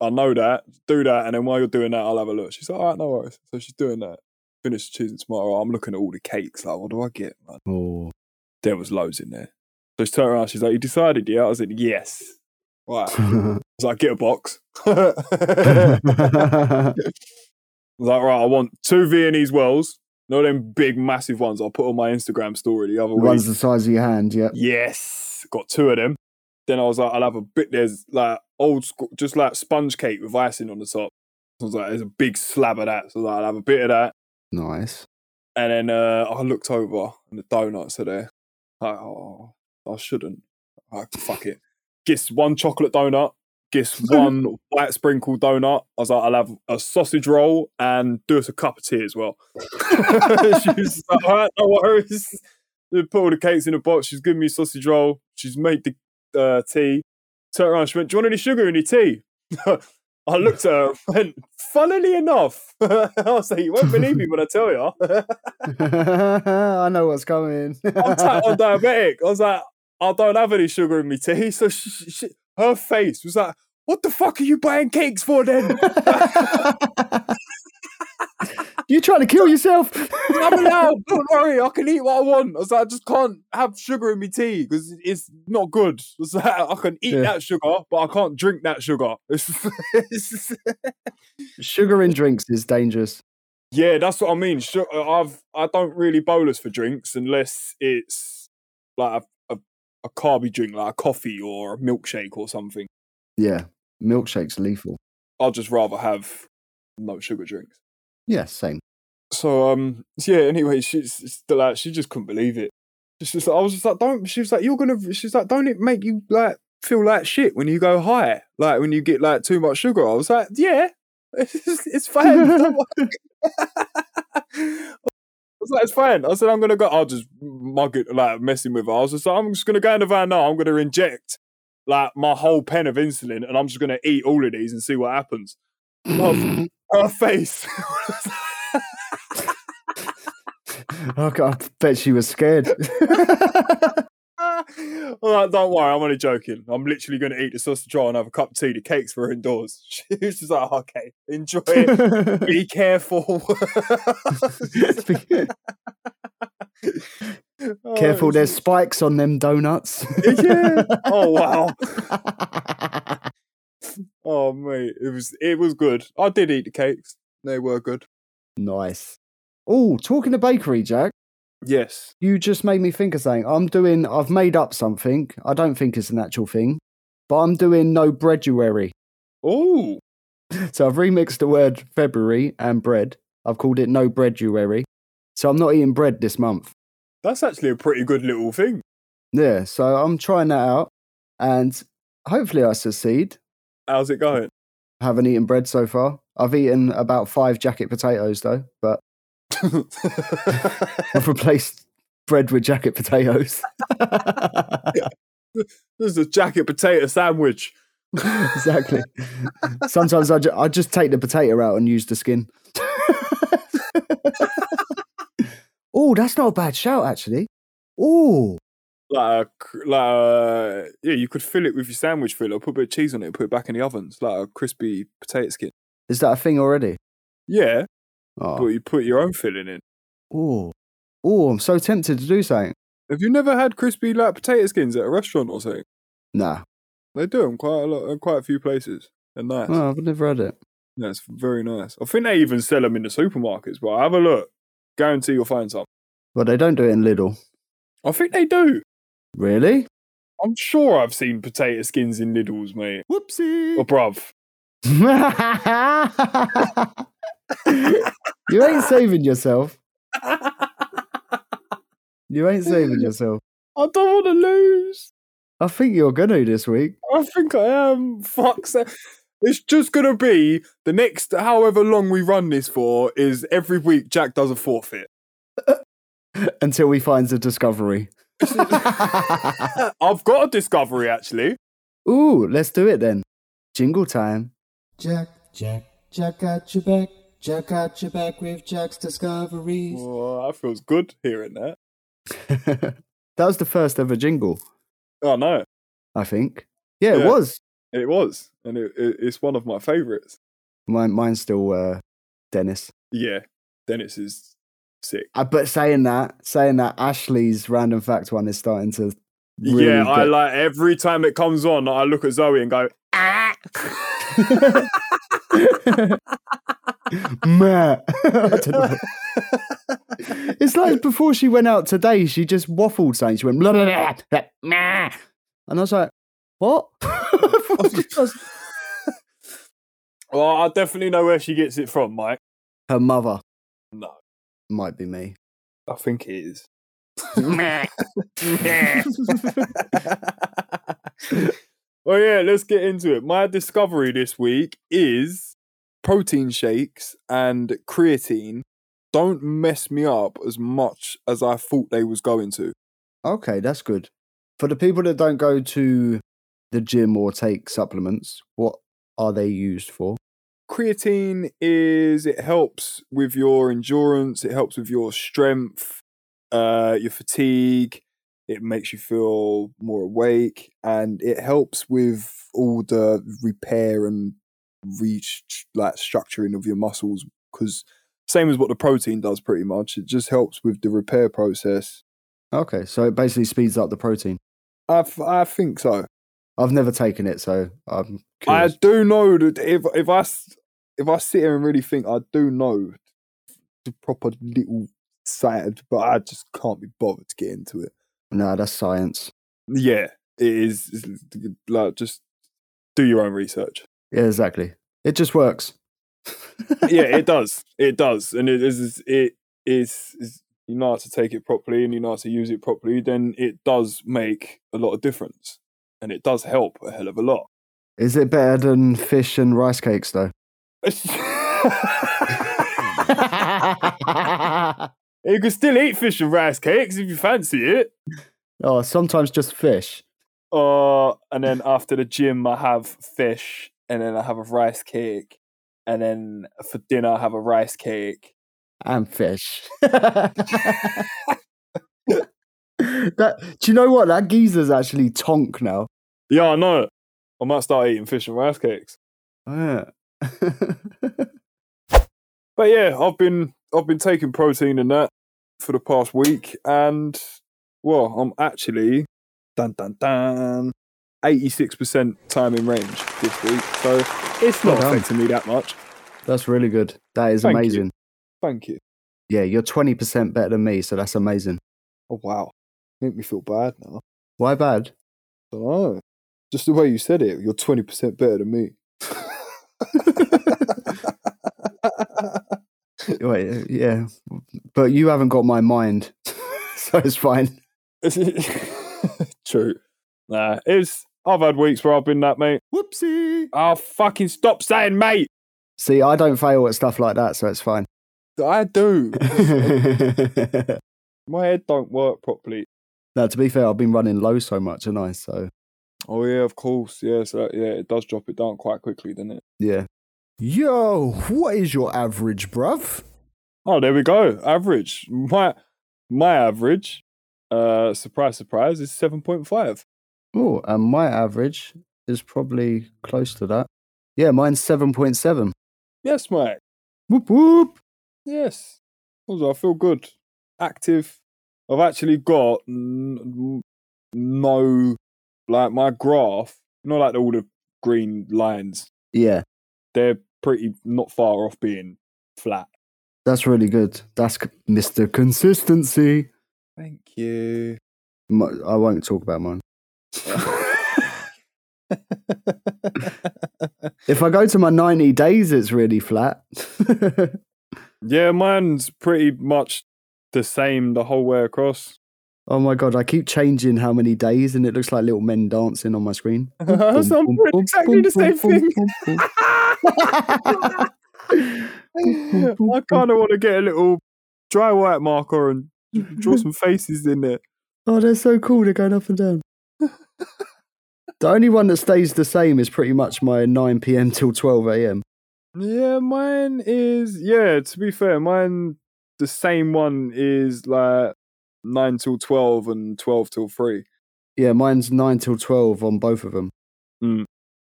S2: I know that. Do that, and then while you're doing that, I'll have a look. She's like, all right, no worries. So she's doing that. Finish the cheese and tomato roll. I'm looking at all the cakes. Like, what do I get, man?
S1: Oh.
S2: There was loads in there. So she turned around. She's like, you decided, yeah? I said, yes. Right. So I get a box. I was like, right, I want two Viennese wells. No, them big, massive ones. I'll put on my Instagram story the other week.
S1: One's the size of your hand, yeah.
S2: Yes, got two of them. Then I was like, I'll have a bit. There's like old school, just like sponge cake with icing on the top. I was like, there's a big slab of that. So I was like, I'll have a bit of that.
S1: Nice.
S2: And then uh, I looked over and the donuts are there. Like, oh, I shouldn't. Like, fuck it. Guess one chocolate donut. Guess one white sprinkle donut. I was like, I'll have a sausage roll and do us a cup of tea as well. she was like, all right, no worries. They put all the cakes in a box. She's giving me a sausage roll. She's made the uh, tea. Turned around, she went, Do you want any sugar in your tea? I looked at her and went, Funnily enough, I was like, You won't believe me when I tell you.
S1: I know what's coming.
S2: I'm, ta- I'm diabetic. I was like, I don't have any sugar in my tea. So she, she, her face was like, What the fuck are you buying cakes for then?
S1: You're trying to kill yourself.
S2: I'm allowed. Don't worry, I can eat what I want. I was like, I just can't have sugar in my tea because it's not good. I was like, I can eat
S1: Yeah.
S2: that sugar, but I can't drink that sugar. It's-
S1: Sugar in drinks is dangerous.
S2: yeah, that's what I mean. Su- I've I don't really bolus for drinks unless it's like a, a, a carby drink, like a coffee or a milkshake or something.
S1: Yeah. Milkshake's lethal.
S2: I'd just rather have no sugar drinks.
S1: Yeah, same.
S2: so um so yeah anyway she's still like she just couldn't believe it she's just like, i was just like don't she was like you're gonna she's like don't it make you like feel like shit when you go high like when you get like too much sugar i was like yeah it's, it's fine Don't worry." I was like, it's fine. I said, I'm gonna go. I'll just mug it, like messing with her. I was just like, I'm just gonna go in the van now. I'm gonna inject like my whole pen of insulin, and I'm just gonna eat all of these and see what happens. Her, her face.
S1: Oh, God, I bet she was scared.
S2: Ah. I'm like, don't worry, I'm only joking. I'm literally going to eat the sausage roll and have a cup of tea. The cakes were indoors. She was just like, okay, enjoy it. Be careful. Oh,
S1: Careful,
S2: it's-
S1: there's spikes on them donuts.
S2: Yeah. Oh wow. Oh mate, it was it was good. I did eat the cakes. They were good.
S1: nice. Oh, talking to bakery, Jack.
S2: Yes.
S1: you just made me think of something. I'm doing, I've made up something. I don't think it's an actual thing, but I'm doing no breaduary.
S2: Oh.
S1: So I've remixed the word February and bread. I've called it no breaduary. So I'm not eating bread this month.
S2: That's actually a pretty good little thing.
S1: Yeah. So I'm trying that out and hopefully I succeed.
S2: How's it going?
S1: Haven't eaten bread so far. I've eaten about five jacket potatoes though, but I've replaced bread with jacket potatoes.
S2: this is a jacket potato sandwich.
S1: exactly. Sometimes I, ju- I just take the potato out and use the skin. oh, that's not a bad shout, actually. Oh,
S2: like a, cr- like a, yeah, you could fill it with your sandwich filler, put a bit of cheese on it, and put it back in the oven. It's like a crispy potato skin.
S1: is that a thing already?
S2: Yeah, but
S1: Oh,
S2: you put your own filling in.
S1: oh, oh I'm so tempted to do something.
S2: Have you never had crispy like potato skins at a restaurant or something?
S1: Nah,
S2: They do them quite a lot, in quite a few places. They're nice.
S1: oh, I've never had it.
S2: Yeah, it's very nice. I think they even sell them in the supermarkets. But have a look. Guarantee you'll find some.
S1: But they don't do it in Lidl.
S2: I think they do.
S1: Really?
S2: I'm sure I've seen potato skins in Lidl's, mate. Or
S1: Whoopsie.
S2: bruv.
S1: you ain't saving yourself. You ain't saving yourself.
S2: I don't want to lose.
S1: I think you're gonna this week.
S2: I think I am. Fuck. sa- It's just going to be the next however long we run this for is every week Jack does a forfeit.
S1: until we find the discovery.
S2: I've got a discovery actually.
S1: Ooh, let's do it then. Jingle time.
S4: Jack, Jack, Jack got your back. Jack got your back with Jack's discoveries.
S2: Oh, that feels good hearing that.
S1: that was the first ever jingle.
S2: Oh no.
S1: I think. Yeah, it
S2: Yeah.
S1: was.
S2: It was, and it, it, it's one of my favourites.
S1: Mine, mine's still uh, Dennis.
S2: Yeah, Dennis is sick.
S1: Uh, but saying that, saying that, Ashley's random fact one is starting to. Really
S2: yeah, I
S1: get-
S2: like every time it comes on, I look at Zoe and go, ah.
S1: Matt. I don't know. it's like before she went out today, she just waffled saying she went blah, blah, blah, blah, meh. and I was like, what?
S2: well, I definitely know where she gets it from, Mike.
S1: Her mother
S2: No,
S1: might be me.
S2: I think it is. well, yeah, let's get into it. My discovery this week is protein shakes and creatine don't mess me up as much as I thought they was going to.
S1: Okay, that's good. For the people that don't go to the gym or take supplements, what are they used for?
S2: Creatine is it helps with your endurance, it helps with your strength, uh, your fatigue. It makes you feel more awake, and it helps with all the repair and reach like structuring of your muscles. Because same as what the protein does, pretty much, it just helps with the repair process.
S1: Okay, so it basically speeds up the protein.
S2: I f- I think so.
S1: I've never taken it, so I'm
S2: I
S1: curious.
S2: do know that if if I s- if I sit here and really think, I do know the proper little side, but I just can't be bothered to get into it.
S1: no, that's science.
S2: Yeah, it is it's like just do your own research.
S1: Yeah, exactly. It just works.
S2: yeah, it does. It does, and it is- is it is, is you know how to take it properly and you know how to use it properly. Then it does make a lot of difference, and it does help a hell of a lot.
S1: Is it better than fish and rice cakes though?
S2: You can still eat fish and rice cakes if you fancy it.
S1: oh, sometimes just fish.
S2: Uh, and then after the gym, I have fish, and then I have a rice cake, and then for dinner, I have a rice cake.
S1: And fish. that, do you know what? That geezer's actually tonk now.
S2: Yeah, I know. I might start eating fish and rice cakes.
S1: Yeah.
S2: But yeah, I've been I've been taking protein and that for the past week, and well, I'm actually dun dun dun. 86% time in range this week, so it's
S1: Well
S2: not
S1: done.
S2: affecting me that much.
S1: that's really good. That is
S2: Thank you.
S1: amazing.
S2: Thank you.
S1: Yeah, you're 20% better than me, so that's amazing.
S2: Oh wow, make me feel bad now.
S1: Why bad?
S2: Oh, just the way you said it, you're twenty percent better than me.
S1: Wait, uh, yeah. But you haven't got my mind, so it's fine.
S2: True. Nah, it's. I've had weeks where I've been that mate.
S1: Whoopsie.
S2: I'll fucking stop saying mate.
S1: See, I don't fail at stuff like that, so it's fine.
S2: I do.
S1: now,
S2: My head don't work properly.
S1: to be fair, I've been running low so much, and I so
S2: Oh yeah, of course. Yeah, so that- yeah, it does drop it down quite quickly, doesn't it?
S1: yeah. Yo, what is your average, bruv?
S2: Oh, there we go. Average. My my average. Uh, surprise, surprise, is seven point five.
S1: Oh, and my average is probably close to that. Yeah, mine's seven point seven.
S2: Yes, Mike.
S1: Whoop whoop.
S2: Yes. Also, I feel good. Active. I've actually got n- n- no, like my graph, you know, like all the green lines,
S1: Yeah,
S2: they're pretty not far off being flat.
S1: that's really good. That's c- Mr. Consistency.
S2: Thank you.
S1: M- I won't talk about mine. If I go to my ninety days, it's really flat.
S2: yeah, mine's pretty much the same the whole way across.
S1: oh my god, I keep changing how many days, and it looks like little men dancing on my screen.
S2: so I'm doing exactly the same thing. I kind of want to get a little dry white marker and draw some faces in there.
S1: Oh, they're so cool. They're going up and down. the only one that stays the same is pretty much my 9 p.m. till 12 a.m.
S2: Yeah, mine is yeah, to be fair, mine the same one is like nine till twelve and twelve till three.
S1: Yeah, mine's nine till twelve on both of them.
S2: Mm.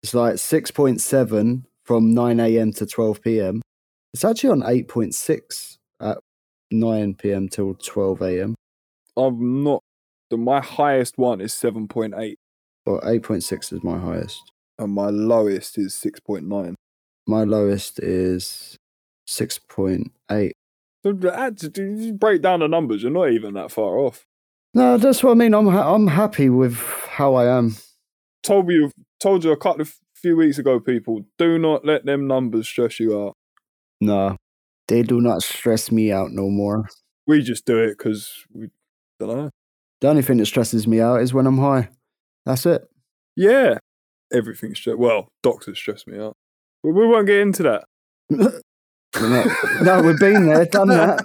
S1: It's like six point seven from nine a.m. to twelve p.m. It's actually on eight point six at nine p.m. till twelve a.m.
S2: I'm not. The, my highest one is seven point eight,
S1: Or eight point six is my highest.
S2: and my lowest is six point nine.
S1: My lowest is six point eight.
S2: So the- actually, if you break down the numbers, you're not even that far off.
S1: No, that's what I mean. I'm ha- I'm happy with how I am.
S2: Told you, told you a couple of few weeks ago, people. Do not let them numbers stress you out.
S1: No, they do not stress me out no more.
S2: We just do it because we don't know.
S1: The only thing that stresses me out is when I'm high. That's it.
S2: Yeah, everything stress. Well, doctors stress me out, but we won't get into that.
S1: no, we've been there, done that.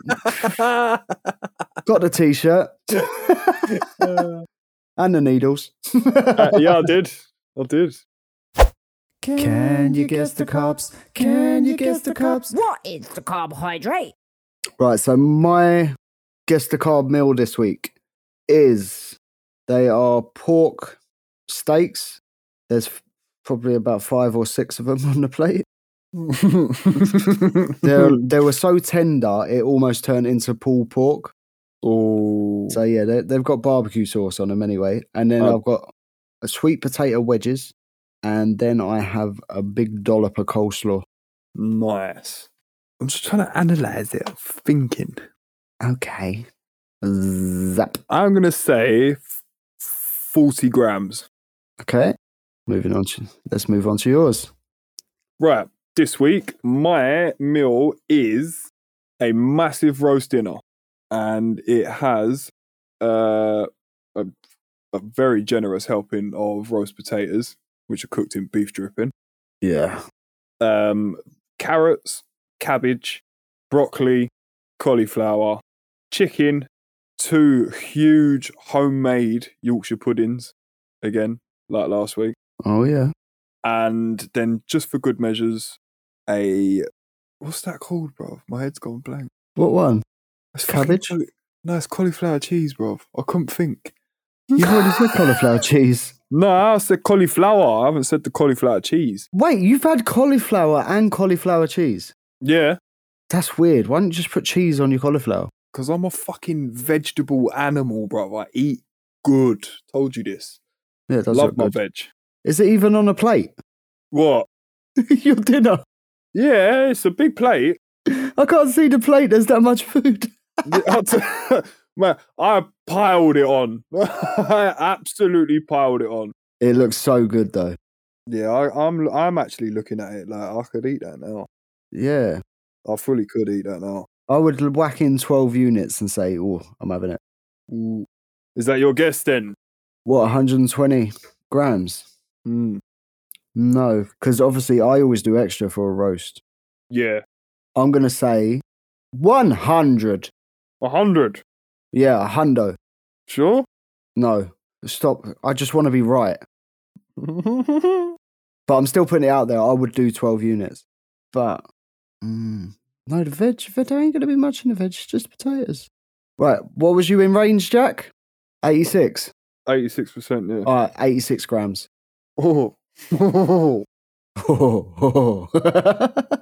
S1: Got the t-shirt and the needles.
S2: Uh, yeah, I did. I did.
S4: Can you guess the cops? Can you guess the cops?
S5: What is the carbohydrate?
S1: Right, so my guess the carb meal this week is they are pork steaks. There's f- probably about five or six of them on the plate. They're, they were so tender, it almost turned into pulled pork.
S2: Oh,
S1: So yeah, they, they've got barbecue sauce on them anyway, and then
S2: Oh.
S1: I've got a sweet potato wedges, and then I have a big dollop of coleslaw.
S2: nice. I'm just trying to analyze it. I'm thinking.
S1: Okay. Zap.
S2: I'm gonna say f- forty grams.
S1: Okay. Moving on. To, let's move on to yours.
S2: Right. This week, my meal is a massive roast dinner, and it has uh, a, a very generous helping of roast potatoes, which are cooked in beef dripping,
S1: Yeah.
S2: um, carrots, cabbage, broccoli, cauliflower, chicken, two huge homemade Yorkshire puddings, again like last week.
S1: Oh yeah.
S2: and then just for good measures, a what's that called, bro? My head's gone blank.
S1: What one?
S2: It's fucking
S1: Cabbage?
S2: cauli- no, it's cauliflower cheese, bro. I couldn't think.
S1: You've already said cauliflower cheese.
S2: No, I said cauliflower. I haven't said the cauliflower cheese.
S1: Wait, you've had cauliflower and cauliflower cheese.
S2: Yeah,
S1: That's weird. Why don't you just put cheese on your cauliflower?
S2: because I'm a fucking vegetable animal, bro. I eat good. Told you this.
S1: Yeah, it does
S2: Love
S1: look
S2: my
S1: good.
S2: veg.
S1: Is it even on a plate?
S2: What?
S1: your dinner.
S2: Yeah, it's a big plate.
S1: I can't see the plate. There's that much food.
S2: I t- Man, I piled it on. I absolutely piled it on.
S1: It looks so good though.
S2: Yeah, I, I'm I'm actually looking at it like I could eat that now.
S1: Yeah.
S2: I fully could eat that now.
S1: I would l- whack in 12 units and say, oh, I'm having it.
S2: Ooh. Is that your guess then?
S1: What, 120 grams?
S2: Mm.
S1: No, because obviously I always do extra for a roast.
S2: Yeah,
S1: I'm going to say 100.
S2: a hundred.
S1: Yeah, a hundo.
S2: Sure.
S1: No, stop. I just want to be right. But I'm still putting it out there. I would do 12 units. But mm, no, the veg, veg there ain't going to be much in the veg, it's just potatoes. Right. What was you in range, Jack? 86.
S2: Eighty-six percent. Yeah.
S1: All right, 86 grams.
S2: Oh.
S1: what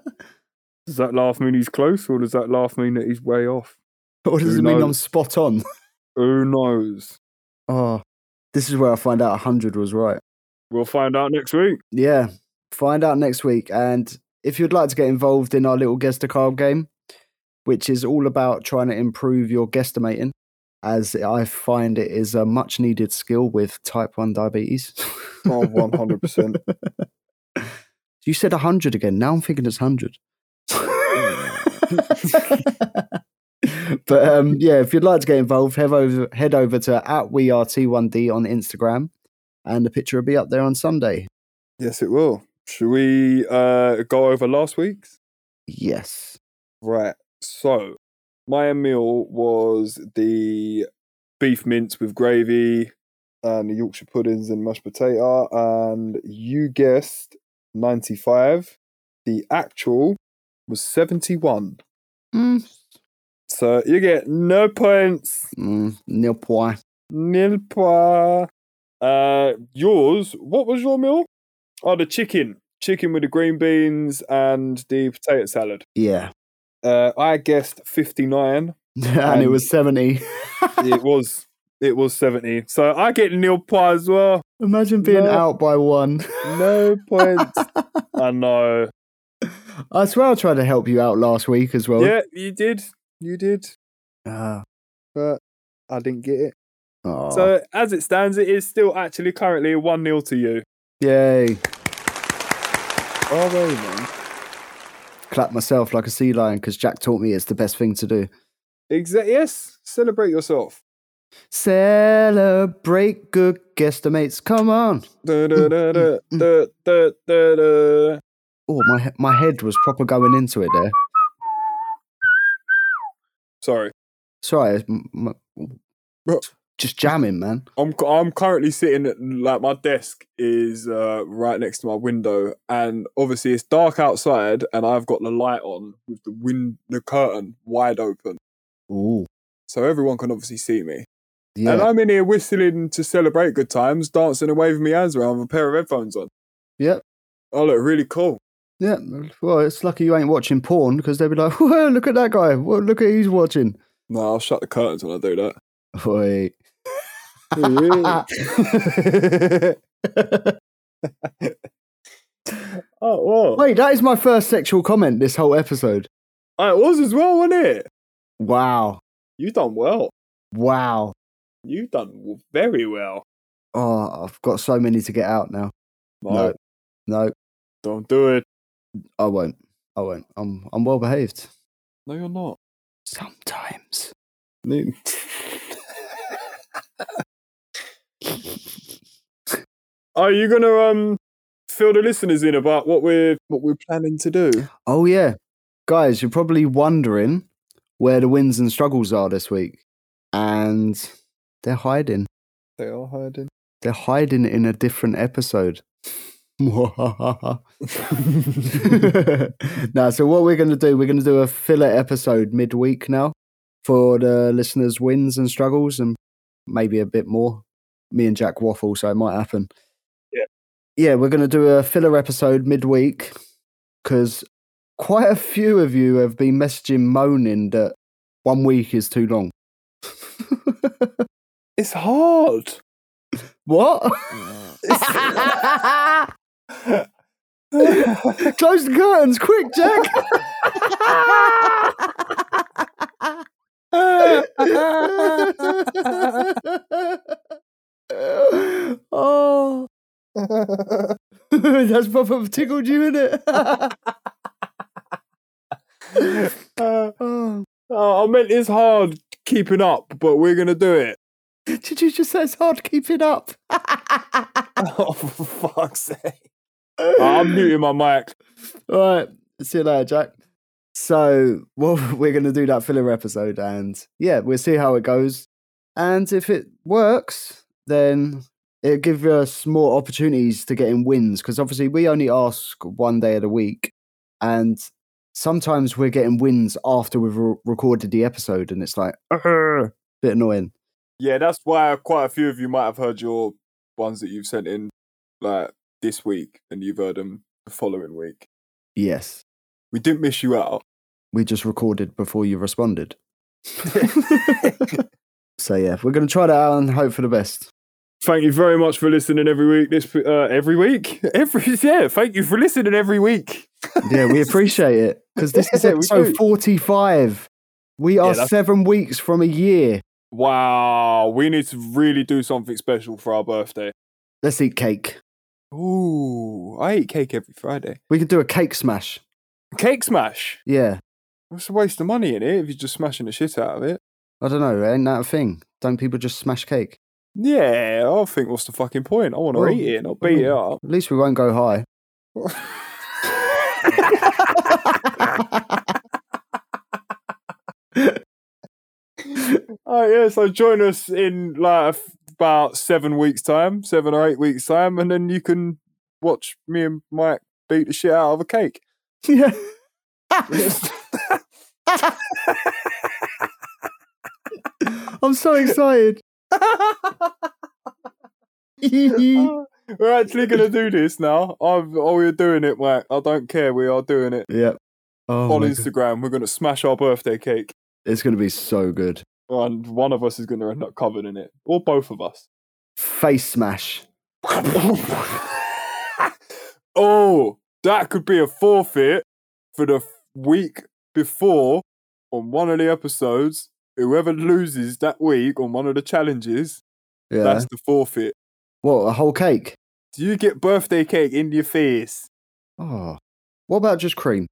S2: does that laugh mean he's close, or does that laugh mean that he's way off?
S1: does
S2: Who
S1: it mean I'm
S2: knows?
S1: spot on?
S2: Who knows?
S1: Oh, this is where I find out 100 was right.
S2: We'll find out next week.
S1: Yeah, find out next week. And if you'd like to get involved in our little guess the carb game, which is all about trying to improve your guesstimating, as I find it is a much needed skill with type 1 diabetes.
S2: Oh, 100%.
S1: you said 100 again. Now I'm thinking it's 100. but um, yeah, if you'd like to get involved, head over head over to at we are t1d on Instagram, and the picture will be up there on Sunday.
S2: Yes, it will. Should we uh, go over last week's?
S1: Yes,
S2: Right. So, my meal was the beef mince with gravy and the Yorkshire puddings and mashed potato. And you guessed 95. The actual was 71.
S1: mm.
S2: So, you get no points.
S1: Mm, nil point.
S2: Nil points. Uh, yours, what was your meal? Oh, the chicken. Chicken with the green beans and the potato salad.
S1: Yeah.
S2: Uh, I guessed 59.
S1: and it was e. 70.
S2: it was it was 70. So I get nil pie as well.
S1: Imagine being
S2: No.
S1: out by one.
S2: No points. I know.
S1: I swear I tried to help you out last week as well.
S2: Yeah, you did. You did.
S1: Ah.
S2: But I didn't get it.
S1: Aw.
S2: So as it stands, it is still actually currently 1 0 to you.
S1: Yay.
S2: Oh, man.
S1: Clap myself like a sea lion because Jack taught me it's the best thing to do.
S2: Exactly. Yes. Celebrate yourself.
S1: Celebrate good guesstimates. Come on.
S2: Da, da, da, da,
S1: Mm.
S2: da, da, da, da.
S1: Oh, my, he- my head was proper going into it there.
S2: Sorry,
S1: Sorry. it's m- m- just jamming, man.
S2: I'm cu- I'm currently sitting at, like my desk is uh, right next to my window, and obviously it's dark outside, and I've got the light on with the wind the curtain wide open,
S1: Ooh.
S2: so everyone can obviously see me.
S1: Yeah.
S2: And I'm in here whistling to celebrate good times, dancing and waving my hands around with a pair of headphones on.
S1: Yep.
S2: I look really cool.
S1: Yeah, well, it's lucky you ain't watching porn because they'd be like, "Whoa, look at that guy! Whoa, look at he's watching."
S2: No, I'll shut the curtains when I do that.
S1: Wait.
S2: oh, whoa.
S1: Wait, that is my first sexual comment this whole episode.
S2: I was as well, wasn't it?
S1: Wow,
S2: You done well.
S1: wow.
S2: You've done w- very well.
S1: Oh, I've got so many to get out now. No. No,
S2: don't do it.
S1: I won't. I won't. I'm I'm well behaved.
S2: No, you're not.
S1: Sometimes.
S2: Are you gonna um fill the listeners in about what we're what we're planning to do?
S1: Oh yeah, guys, you're probably wondering where the wins and struggles are this week, and they're hiding.
S2: They are hiding.
S1: They're hiding in a different episode. now, so what we're going to do, we're going to do a filler episode midweek now for the listeners' wins and struggles and maybe a bit more. Me and Jack waffle, so it might happen.
S2: Yeah.
S1: Yeah, we're going to do a filler episode midweek because quite a few of you have been messaging moaning that one week is too long.
S2: It's hard.
S1: what?
S2: It's-
S1: Close the curtains, quick, Jack!
S2: Uh,
S1: oh, that's proper tickled you, in it?
S2: Uh, oh, I meant it's hard keeping up, but we're gonna do it.
S1: Did you just say it's hard keeping up?
S2: oh, for fuck's sake! Uh, I'm muting my mic.
S1: All right. See you later, Jack. So, well, we're going to do that filler episode, and yeah, we'll see how it goes. And if it works, then it'll give us more opportunities to get in wins because obviously we only ask one day of the week, and sometimes we're getting wins after we've re- recorded the episode, and it's like a bit annoying.
S2: Yeah, that's why quite a few of you might have heard your ones that you've sent in like this week, and you've heard them the following week.
S1: Yes,
S2: We didn't miss you out.
S1: we just recorded before you responded. so yeah, we're going to try that out and hope for the best.
S2: Thank you very much for listening every week. This uh, every week, every yeah. Thank you for listening every week.
S1: Yeah, we appreciate it because this is
S2: Yeah, we do.
S1: episode 45. We are
S2: that's-
S1: seven weeks from a year.
S2: Wow, we need to really do something special for our birthday.
S1: Let's eat cake.
S2: Ooh, I eat cake every Friday.
S1: We could do a cake smash.
S2: Cake smash.
S1: Yeah,
S2: What's a waste of money in it if you're just smashing the shit out of it?
S1: I don't know. Ain't that a thing? Don't people just smash cake?
S2: Yeah, I think what's the fucking point? I want to
S1: Well,
S2: eat it, not beat it
S1: well,
S2: up.
S1: At least we won't go high.
S2: Oh yeah, so join us in like f- about seven weeks' time, seven or eight weeks' time, and then you can watch me and Mike beat the shit out of a cake.
S1: Yeah. I'm so excited.
S2: We're actually gonna do this now. I've, oh, we're doing it, Mac. I don't care. We are doing it
S1: yep. Oh,
S2: on
S1: my God.
S2: Instagram. We're gonna smash our birthday cake,
S1: it's going to be so good.
S2: and one of us is gonna end up covered in it, or both of us.
S1: Face smash.
S2: oh, that could be a forfeit for the f- week before on one of the episodes. Whoever loses that week on one of the challenges,
S1: Yeah.
S2: that's the forfeit.
S1: What, a whole cake?
S2: Do you get birthday cake in your face?
S1: Oh. What about just cream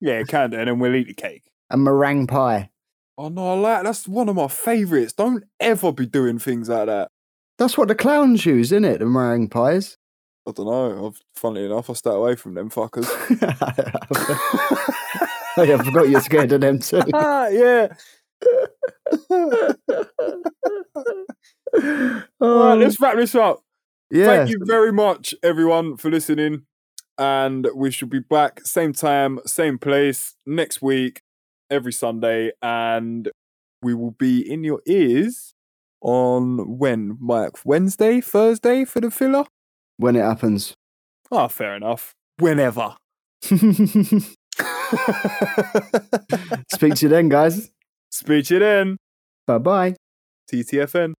S2: Yeah, can do, and then we'll eat the cake.
S1: and meringue pie?
S2: Oh no, I like that's one of my favourites. Don't ever be doing things like that.
S1: That's what the clowns use, isn't it? The meringue pies.
S2: I don't know. I've, funnily enough, I stay away from them fuckers.
S1: Oh, yeah, I forgot you're scared of them too.
S2: ah, yeah. All right, let's wrap this up.
S1: Oh, Um, yeah.
S2: Thank you very much, everyone, for listening. And we should be back same time, same place next week, every Sunday. And we will be in your ears on when, Mike? Wednesday, Thursday for the filler?
S1: When it happens.
S2: Ah, fair enough. Whenever.
S1: Speak to you then, guys.
S2: Speech it in.
S1: Bye bye.
S2: TTFN.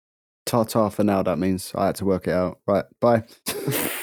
S1: Ta ta for now, that means. I had to work it out. Right. Bye.